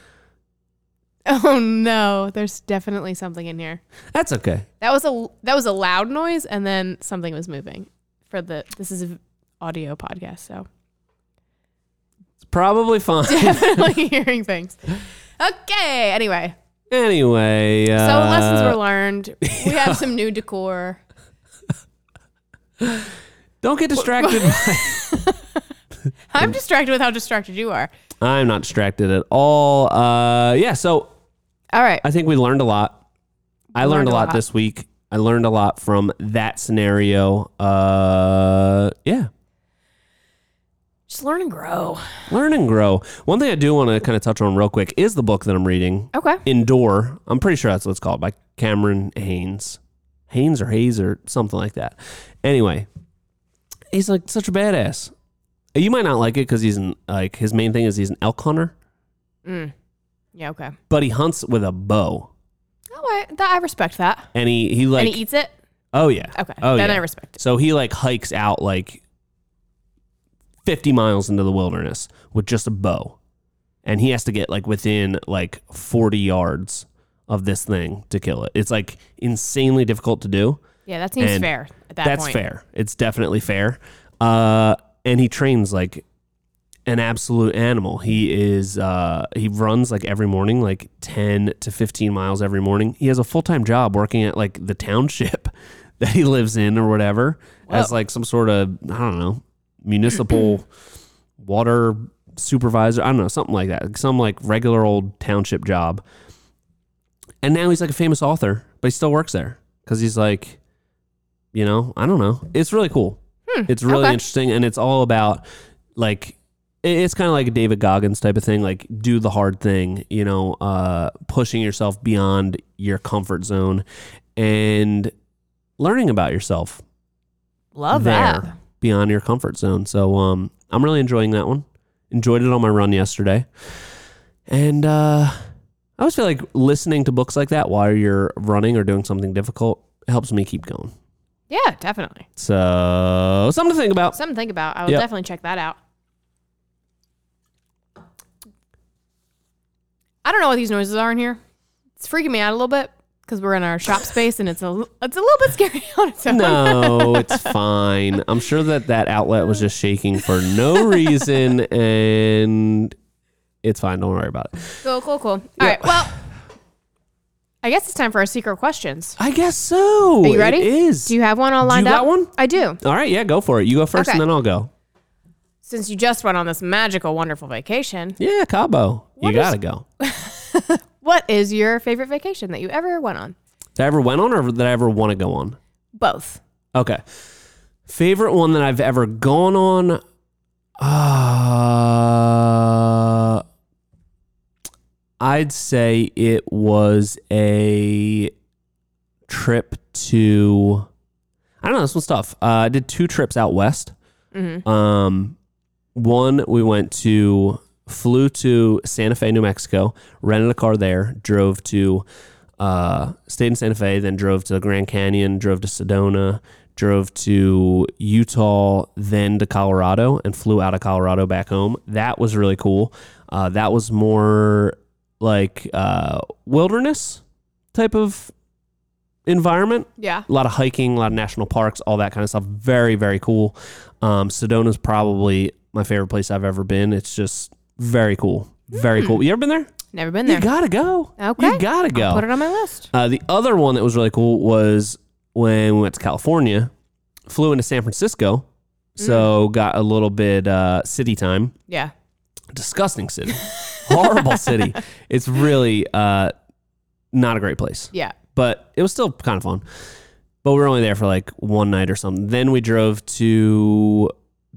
[SPEAKER 2] Oh no, there's definitely something in here.
[SPEAKER 1] That's okay.
[SPEAKER 2] That was a that was a loud noise, and then something was moving. For the this is an audio podcast, so
[SPEAKER 1] It's probably fine.
[SPEAKER 2] definitely hearing things. Okay. Anyway,
[SPEAKER 1] anyway, uh,
[SPEAKER 2] so lessons were learned. We have some new decor.
[SPEAKER 1] don't get distracted. by-
[SPEAKER 2] I'm distracted with how distracted you are.
[SPEAKER 1] I'm not distracted at all. Uh, yeah, so
[SPEAKER 2] All right.
[SPEAKER 1] I think we learned a lot. I learned, a lot,
[SPEAKER 2] lot.
[SPEAKER 1] this week. I learned a lot from that scenario. Uh, yeah,
[SPEAKER 2] Just learn and grow.
[SPEAKER 1] learn and grow. One thing I do want to kind of touch on real quick is the book that I'm reading,
[SPEAKER 2] Okay.
[SPEAKER 1] Indoor. I'm pretty sure that's what it's called by Cameron Haynes. Haynes or Hayes or something like that. Anyway, he's like such a badass. You might not like it because he's an, like his main thing is he's an elk hunter,
[SPEAKER 2] Yeah. Okay.
[SPEAKER 1] but he hunts with a bow,
[SPEAKER 2] Oh, I, that, I respect that.
[SPEAKER 1] and he he like
[SPEAKER 2] and he eats it.
[SPEAKER 1] oh yeah
[SPEAKER 2] Okay.
[SPEAKER 1] oh
[SPEAKER 2] then
[SPEAKER 1] yeah.
[SPEAKER 2] I respect it.
[SPEAKER 1] So he like hikes out like 50 miles into the wilderness with just a bow. And he has to get like within like 40 yards of this thing to kill it. It's like insanely difficult to do.
[SPEAKER 2] Yeah, that seems
[SPEAKER 1] And
[SPEAKER 2] fair at that
[SPEAKER 1] That's
[SPEAKER 2] point.
[SPEAKER 1] fair. It's definitely fair. Uh, and he trains like an absolute animal. He is uh, he runs like every morning, like ten to fifteen miles every morning. He has a full time job working at like the township that he lives in or whatever as like some sort of I don't know municipal water supervisor. I don't know something like that. Some like regular old township job. And now he's like a famous author, but he still works there because he's like, you know, I don't know. It's really cool. it's really
[SPEAKER 2] okay.
[SPEAKER 1] interesting, and it's all about like i- it's kind of like a David Goggins type of thing. Like do the hard thing, you know, uh, pushing yourself beyond your comfort zone and learning about yourself
[SPEAKER 2] Love
[SPEAKER 1] there
[SPEAKER 2] that.
[SPEAKER 1] beyond your comfort zone. So um, I'm really enjoying that one. Enjoyed it on my run yesterday, and uh, I always feel like listening to books like that while you're running or doing something difficult helps me keep going.
[SPEAKER 2] Yeah, definitely.
[SPEAKER 1] So something to think about.
[SPEAKER 2] Something to think about. I will
[SPEAKER 1] Yep.
[SPEAKER 2] definitely check that out. I don't know what these noises are in here. It's freaking me out a little bit because we're in our shop space and it's a l- it's a little bit scary on its own.
[SPEAKER 1] No, it's fine. I'm sure that that outlet was just shaking for no reason, and it's fine. Don't worry about it.
[SPEAKER 2] Cool, cool, cool. All right. Well, I guess it's time for our secret questions.
[SPEAKER 1] I guess so.
[SPEAKER 2] Are you ready?
[SPEAKER 1] Oh, It is.
[SPEAKER 2] Do you have one all lined
[SPEAKER 1] you
[SPEAKER 2] up?
[SPEAKER 1] got one?
[SPEAKER 2] I do.
[SPEAKER 1] All right, yeah, go for it. You go first,
[SPEAKER 2] Okay.
[SPEAKER 1] and then I'll go.
[SPEAKER 2] Since you just went on this magical, wonderful vacation,
[SPEAKER 1] Yeah, Cabo. you gotta go.
[SPEAKER 2] what is your favorite vacation that you ever went on?
[SPEAKER 1] that I ever went on or that I ever want to go on?
[SPEAKER 2] Both.
[SPEAKER 1] Okay. Favorite one that I've ever gone on? Uh, I'd say it was a trip to. I don't know. This one's tough. Uh, I did two trips out west. Um, one we went to flew to Santa Fe, New Mexico, rented a car there, drove to uh, stayed in Santa Fe, then drove to the Grand Canyon, drove to Sedona, drove to Utah, then to Colorado, and flew out of Colorado back home. That was really cool. Uh, that was more like uh, wilderness type of environment
[SPEAKER 2] Yeah.
[SPEAKER 1] a lot of hiking, a lot of national parks, all that kind of stuff. Very, very cool. Um, Sedona's probably my favorite place I've ever been. It's just very cool. Very cool. You ever been there?
[SPEAKER 2] Never been there.
[SPEAKER 1] You gotta go.
[SPEAKER 2] Hmm. Okay.
[SPEAKER 1] You gotta go.
[SPEAKER 2] Put it on my list.
[SPEAKER 1] Uh, the other one that was really cool was when we went to California, flew into San Francisco,
[SPEAKER 2] Hmm.
[SPEAKER 1] so got a little bit uh, city time
[SPEAKER 2] Yeah.
[SPEAKER 1] disgusting city, horrible city. It's really uh, not a great place,
[SPEAKER 2] Yeah.
[SPEAKER 1] but it was still kind of fun. But we were only there for like one night or something. Then we drove to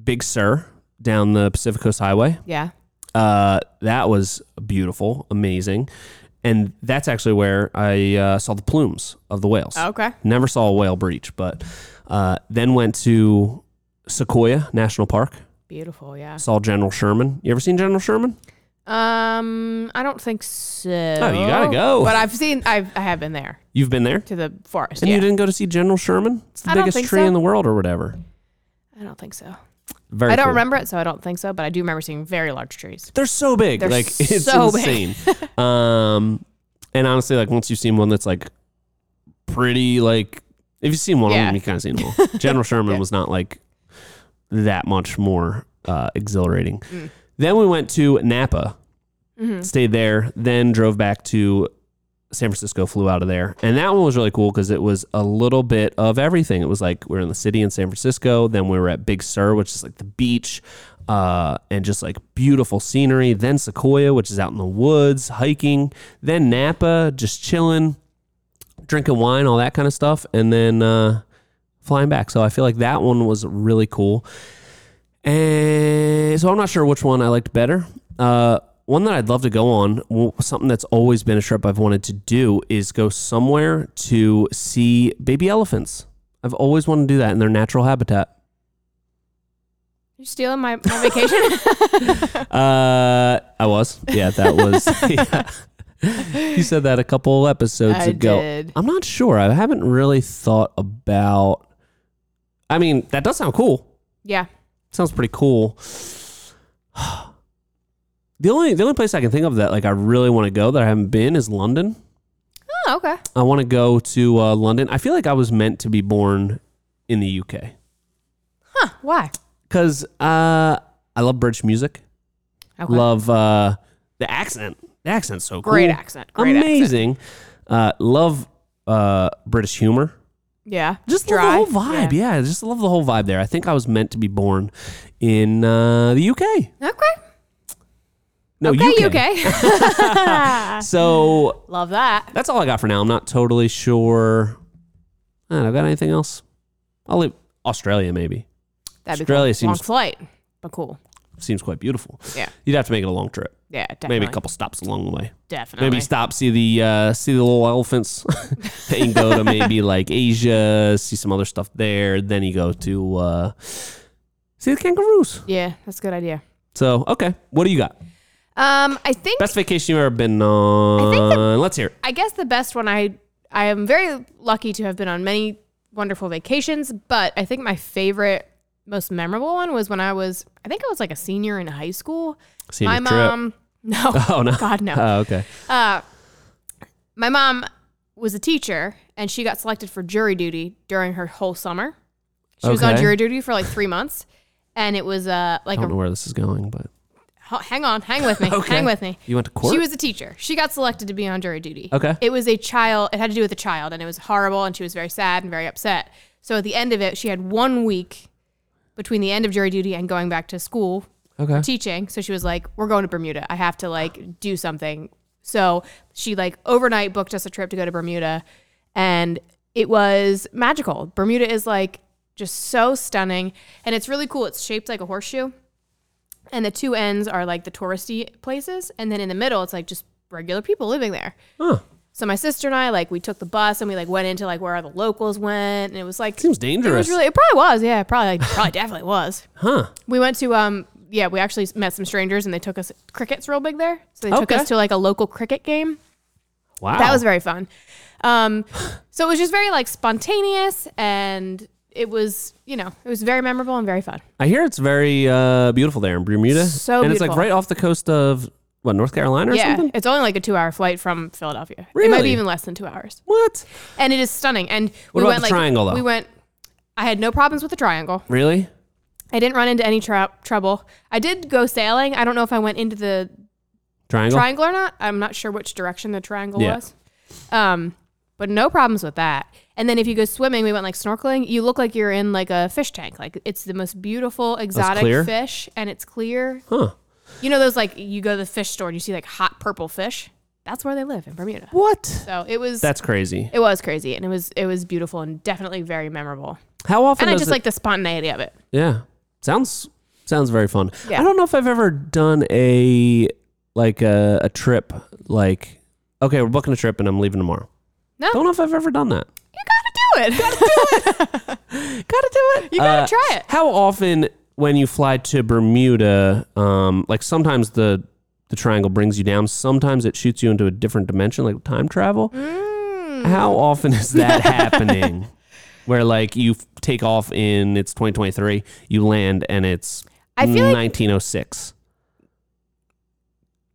[SPEAKER 1] Big Sur down the Pacific Coast Highway.
[SPEAKER 2] Yeah.
[SPEAKER 1] Uh, that was beautiful, amazing, and that's actually where I uh, saw the plumes of the whales.
[SPEAKER 2] Okay.
[SPEAKER 1] Never saw a whale breach, but uh, then went to Sequoia National Park.
[SPEAKER 2] Beautiful. Yeah.
[SPEAKER 1] Saw General Sherman. You ever seen General Sherman?
[SPEAKER 2] Um, I don't think so. Oh,
[SPEAKER 1] you gotta go.
[SPEAKER 2] But I've seen. I've I have been there
[SPEAKER 1] You've been there?
[SPEAKER 2] to the forest.
[SPEAKER 1] And
[SPEAKER 2] yeah.
[SPEAKER 1] you didn't go to see General Sherman? It's the
[SPEAKER 2] I don't
[SPEAKER 1] biggest
[SPEAKER 2] think
[SPEAKER 1] tree
[SPEAKER 2] so.
[SPEAKER 1] in the world or whatever.
[SPEAKER 2] I don't think so.
[SPEAKER 1] Very
[SPEAKER 2] I don't
[SPEAKER 1] cool.
[SPEAKER 2] remember it, so I don't think so. But I do remember seeing very large trees.
[SPEAKER 1] They're so big.
[SPEAKER 2] They're
[SPEAKER 1] like it's
[SPEAKER 2] so big.
[SPEAKER 1] insane. um And honestly, like once you've seen one that's like pretty like if you've seen one of
[SPEAKER 2] Yeah.
[SPEAKER 1] them, you kind of seen them all. General Sherman was not like that much more uh, exhilarating. Then we went to Napa,
[SPEAKER 2] Mm-hmm.
[SPEAKER 1] stayed there, then drove back to San Francisco, flew out of there. And that one was really cool because it was a little bit of everything. It was like we were in the city in San Francisco, then we were at Big Sur, which is like the beach, uh, and just like beautiful scenery, then Sequoia, which is out in the woods, hiking, then Napa, just chilling, drinking wine, all that kind of stuff, and then uh, flying back. So I feel like that one was really cool. And so I'm not sure which one I liked better. Uh, one that I'd love to go on, w- something that's always been a trip I've wanted to do, is go somewhere to see baby elephants. I've always wanted to do that in their natural habitat.
[SPEAKER 2] You're stealing my, my vacation?
[SPEAKER 1] Uh, I was. Yeah, that was. yeah. You said that a couple episodes
[SPEAKER 2] I
[SPEAKER 1] ago.
[SPEAKER 2] did.
[SPEAKER 1] I'm not sure. I haven't really thought about. I mean, that does sound cool.
[SPEAKER 2] Yeah.
[SPEAKER 1] sounds pretty cool. The only the only place I can think of that like I really want to go that I haven't been is London.
[SPEAKER 2] Oh, okay.
[SPEAKER 1] I want to go to uh, London. I feel like I was meant to be born in the UK
[SPEAKER 2] Huh. Why?
[SPEAKER 1] because uh, I love British music.
[SPEAKER 2] Okay.
[SPEAKER 1] Love uh, the accent. The accent's so cool.
[SPEAKER 2] Great accent. Great accent.
[SPEAKER 1] Amazing. Uh, love uh, British humor.
[SPEAKER 2] Yeah.
[SPEAKER 1] Just love the whole vibe. Yeah. just love the whole vibe there. I think I was meant to be born in uh, the UK.
[SPEAKER 2] Yeah. Okay.
[SPEAKER 1] No,
[SPEAKER 2] okay,
[SPEAKER 1] UK.
[SPEAKER 2] UK.
[SPEAKER 1] So
[SPEAKER 2] love that.
[SPEAKER 1] that's all I got for now. I'm not totally sure. I don't know, got anything else? I'll leave Australia maybe.
[SPEAKER 2] That'd
[SPEAKER 1] Australia
[SPEAKER 2] be cool. long
[SPEAKER 1] seems-
[SPEAKER 2] flight, but cool.
[SPEAKER 1] Seems quite beautiful.
[SPEAKER 2] Yeah.
[SPEAKER 1] You'd have to make it a long trip.
[SPEAKER 2] Yeah. Definitely.
[SPEAKER 1] Maybe a couple stops along the way.
[SPEAKER 2] Definitely.
[SPEAKER 1] Maybe stop, see the uh, see the little elephants. then you go to maybe like Asia, see some other stuff there. Then you go to uh, see the kangaroos.
[SPEAKER 2] Yeah. That's a good idea.
[SPEAKER 1] So okay, what do you got?
[SPEAKER 2] Um, I think
[SPEAKER 1] Best vacation you've ever been on? Let's hear it.
[SPEAKER 2] I guess the best one I I am very lucky to have been on many wonderful vacations, but I think my favorite most memorable one was when I was I think I was like a senior in high school.
[SPEAKER 1] Senior
[SPEAKER 2] my
[SPEAKER 1] trip.
[SPEAKER 2] mom no.
[SPEAKER 1] Oh no.
[SPEAKER 2] God no.
[SPEAKER 1] Oh okay.
[SPEAKER 2] Uh, my mom was a teacher and she got selected for jury duty during her whole summer. She was on
[SPEAKER 1] Okay.
[SPEAKER 2] jury duty for like 3 months and it was uh like
[SPEAKER 1] I don't know
[SPEAKER 2] a
[SPEAKER 1] where this is going, but
[SPEAKER 2] hang on, hang with me.
[SPEAKER 1] Okay.
[SPEAKER 2] Hang with me.
[SPEAKER 1] you went to court.
[SPEAKER 2] She was a teacher. She got selected to be on jury duty.
[SPEAKER 1] Okay.
[SPEAKER 2] It was a child. It had to do with a child, and it was horrible, and she was very sad and very upset. So at the end of it, she had one week between the end of jury duty and going back to school
[SPEAKER 1] okay.
[SPEAKER 2] teaching. So she was like, "We're going to Bermuda. I have to like do something." So she like overnight booked us a trip to go to Bermuda, and it was magical. Bermuda is like just so stunning, and it's really cool. It's shaped like a horseshoe, and the two ends are like the touristy places, and then in the middle, it's like just regular people living there.
[SPEAKER 1] Huh.
[SPEAKER 2] So my sister and I like we took the bus and we like went into like where all the locals went, and it was like.
[SPEAKER 1] Seems
[SPEAKER 2] It
[SPEAKER 1] dangerous.
[SPEAKER 2] was really. It probably was. Yeah, it probably, like, probably definitely was.
[SPEAKER 1] huh.
[SPEAKER 2] We went to um yeah, we actually met some strangers and they took us crickets real big there. So they took
[SPEAKER 1] Okay.
[SPEAKER 2] us to like a local cricket game.
[SPEAKER 1] Wow.
[SPEAKER 2] That was very fun. Um so it was just very like spontaneous and it was, you know, it was very memorable and very fun.
[SPEAKER 1] I hear it's very uh, beautiful there in Bermuda.
[SPEAKER 2] So
[SPEAKER 1] And it's like
[SPEAKER 2] beautiful.
[SPEAKER 1] right off the coast of what, North Carolina or
[SPEAKER 2] yeah.
[SPEAKER 1] something?
[SPEAKER 2] It's only like a 2-hour flight from Philadelphia. It might
[SPEAKER 1] Really?
[SPEAKER 2] be even less than 2 hours.
[SPEAKER 1] What?
[SPEAKER 2] And it is stunning and we
[SPEAKER 1] about
[SPEAKER 2] went
[SPEAKER 1] the
[SPEAKER 2] like
[SPEAKER 1] triangle, though?
[SPEAKER 2] we went I had no problems with the triangle.
[SPEAKER 1] Really?
[SPEAKER 2] I didn't run into any tra- trouble. I did go sailing. I don't know if I went into the
[SPEAKER 1] Triangle?
[SPEAKER 2] triangle or not. I'm not sure which direction the triangle
[SPEAKER 1] Oh. Yeah.
[SPEAKER 2] was. Um, but no problems with that. And then if you go swimming, we went like snorkeling. You look like you're in like a fish tank. Like it's the most beautiful
[SPEAKER 1] clear?
[SPEAKER 2] exotic fish, and it's clear.
[SPEAKER 1] huh.
[SPEAKER 2] You know those like you go to the fish store and you see like hot purple fish. That's where they live in Bermuda.
[SPEAKER 1] What?
[SPEAKER 2] So it was
[SPEAKER 1] That's crazy.
[SPEAKER 2] it was crazy, and it was it was beautiful and definitely very memorable.
[SPEAKER 1] How often
[SPEAKER 2] And I
[SPEAKER 1] does
[SPEAKER 2] just
[SPEAKER 1] it-
[SPEAKER 2] like the spontaneity of it.
[SPEAKER 1] Yeah. Sounds sounds very fun.
[SPEAKER 2] Yeah.
[SPEAKER 1] I don't know if I've ever done a like a, a trip like okay, we're booking a trip and I'm leaving tomorrow.
[SPEAKER 2] No.
[SPEAKER 1] Don't know if I've ever done that.
[SPEAKER 2] You gotta do it.
[SPEAKER 1] Gotta do it. Uh,
[SPEAKER 2] You gotta try it.
[SPEAKER 1] How often when you fly to Bermuda, um, like sometimes the the triangle brings you down, sometimes it shoots you into a different dimension, like time travel. How
[SPEAKER 2] Mm.
[SPEAKER 1] often is that happening? Where like you f- take off in it's 2023, you land and it's
[SPEAKER 2] I feel like-
[SPEAKER 1] 1906.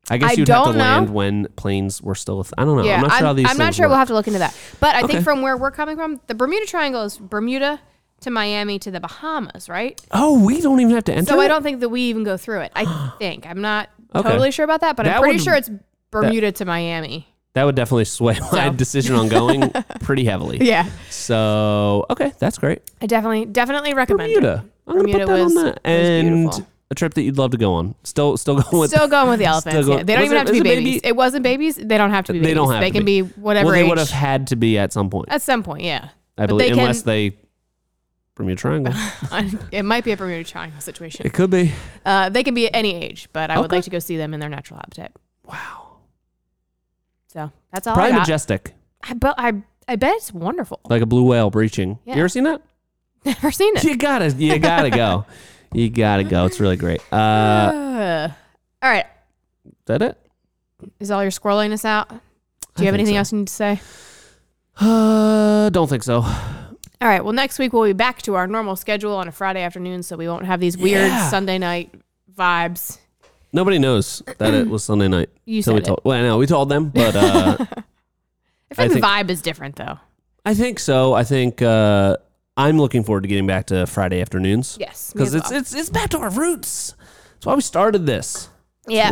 [SPEAKER 1] I guess
[SPEAKER 2] I
[SPEAKER 1] you'd have to
[SPEAKER 2] don't know.
[SPEAKER 1] land when planes were still. A th- I don't know.
[SPEAKER 2] Yeah,
[SPEAKER 1] I'm not sure how these.
[SPEAKER 2] I'm not
[SPEAKER 1] things
[SPEAKER 2] sure.
[SPEAKER 1] work.
[SPEAKER 2] We'll have to look into that. But I
[SPEAKER 1] Okay.
[SPEAKER 2] think from where we're coming from, the Bermuda Triangle is Bermuda to Miami to the Bahamas, right?
[SPEAKER 1] oh, we don't even have to enter.
[SPEAKER 2] So I
[SPEAKER 1] it?
[SPEAKER 2] don't think that we even go through it. I think I'm not
[SPEAKER 1] Okay.
[SPEAKER 2] totally sure about that, but
[SPEAKER 1] That
[SPEAKER 2] I'm pretty
[SPEAKER 1] would-
[SPEAKER 2] sure it's Bermuda to Miami.
[SPEAKER 1] That would definitely sway my
[SPEAKER 2] So.
[SPEAKER 1] decision on going pretty heavily.
[SPEAKER 2] Yeah,
[SPEAKER 1] So okay, that's great.
[SPEAKER 2] I definitely definitely recommend it.
[SPEAKER 1] Bermuda. I'm gonna put
[SPEAKER 2] Bermuda
[SPEAKER 1] that on
[SPEAKER 2] was-
[SPEAKER 1] that.
[SPEAKER 2] was
[SPEAKER 1] And
[SPEAKER 2] beautiful.
[SPEAKER 1] a trip that you'd love to go on. Still, still going with.
[SPEAKER 2] Still going with the elephants.
[SPEAKER 1] go-
[SPEAKER 2] yeah. They don't
[SPEAKER 1] was
[SPEAKER 2] even
[SPEAKER 1] it-
[SPEAKER 2] have to
[SPEAKER 1] was
[SPEAKER 2] be
[SPEAKER 1] it
[SPEAKER 2] babies.
[SPEAKER 1] baby-
[SPEAKER 2] It wasn't babies. They don't have to be babies.
[SPEAKER 1] They don't have
[SPEAKER 2] They
[SPEAKER 1] to
[SPEAKER 2] can
[SPEAKER 1] be.
[SPEAKER 2] be, whatever
[SPEAKER 1] well, they would
[SPEAKER 2] age.
[SPEAKER 1] have had to be at some point.
[SPEAKER 2] At some point, yeah.
[SPEAKER 1] I
[SPEAKER 2] but
[SPEAKER 1] believe,
[SPEAKER 2] they
[SPEAKER 1] unless they Bermuda Triangle.
[SPEAKER 2] it might be a Bermuda Triangle situation.
[SPEAKER 1] it could be.
[SPEAKER 2] Uh, they can be at any age, but I would
[SPEAKER 1] Okay.
[SPEAKER 2] like to go see them in their natural habitat.
[SPEAKER 1] Wow.
[SPEAKER 2] So that's all
[SPEAKER 1] Probably
[SPEAKER 2] I got.
[SPEAKER 1] majestic,
[SPEAKER 2] I, bu- I, I bet it's wonderful.
[SPEAKER 1] like a blue whale breaching.
[SPEAKER 2] Yeah.
[SPEAKER 1] You ever seen that?
[SPEAKER 2] Never seen it.
[SPEAKER 1] You gotta, you gotta go. You gotta go. It's really great. Uh,
[SPEAKER 2] Uh, all right.
[SPEAKER 1] is that it?
[SPEAKER 2] Is all your squirreliness out? Do you
[SPEAKER 1] think
[SPEAKER 2] have anything
[SPEAKER 1] so.
[SPEAKER 2] else you need to say?
[SPEAKER 1] Uh, don't think so.
[SPEAKER 2] All right. Well, next week we'll be back to our normal schedule on a Friday afternoon, so we won't have these weird
[SPEAKER 1] Yeah.
[SPEAKER 2] Sunday night vibes.
[SPEAKER 1] Nobody knows that it was Sunday night.
[SPEAKER 2] You
[SPEAKER 1] so
[SPEAKER 2] said
[SPEAKER 1] we
[SPEAKER 2] it.
[SPEAKER 1] told. Well, no, we told them, but uh,
[SPEAKER 2] I feel
[SPEAKER 1] I
[SPEAKER 2] like
[SPEAKER 1] think-
[SPEAKER 2] the vibe is different, though.
[SPEAKER 1] I think so. I think uh, I'm looking forward to getting back to Friday afternoons.
[SPEAKER 2] Yes, me
[SPEAKER 1] because
[SPEAKER 2] as
[SPEAKER 1] it's
[SPEAKER 2] well.
[SPEAKER 1] it's it's back to our roots. That's why we started this.
[SPEAKER 2] yeah.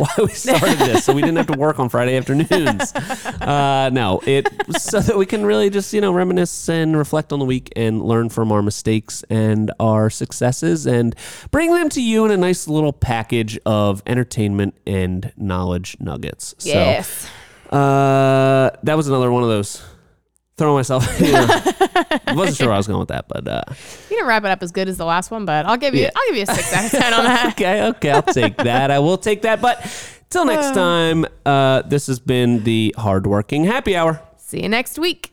[SPEAKER 1] Why we started this, so we didn't have to work on Friday afternoons. Uh, no, it so that we can really just you know reminisce and reflect on the week and learn from our mistakes and our successes and bring them to you in a nice little package of entertainment and knowledge nuggets. So,
[SPEAKER 2] Yes.
[SPEAKER 1] uh, that was another one of those. Throwing myself. I wasn't sure where I was going with that, but uh,
[SPEAKER 2] You didn't wrap it up as good as the last one, but I'll give you
[SPEAKER 1] Yeah.
[SPEAKER 2] I'll give you a six out of ten on that.
[SPEAKER 1] okay, okay, I'll take that. I will take that. But till next time, uh, this has been the hardworking happy hour.
[SPEAKER 2] See you next week.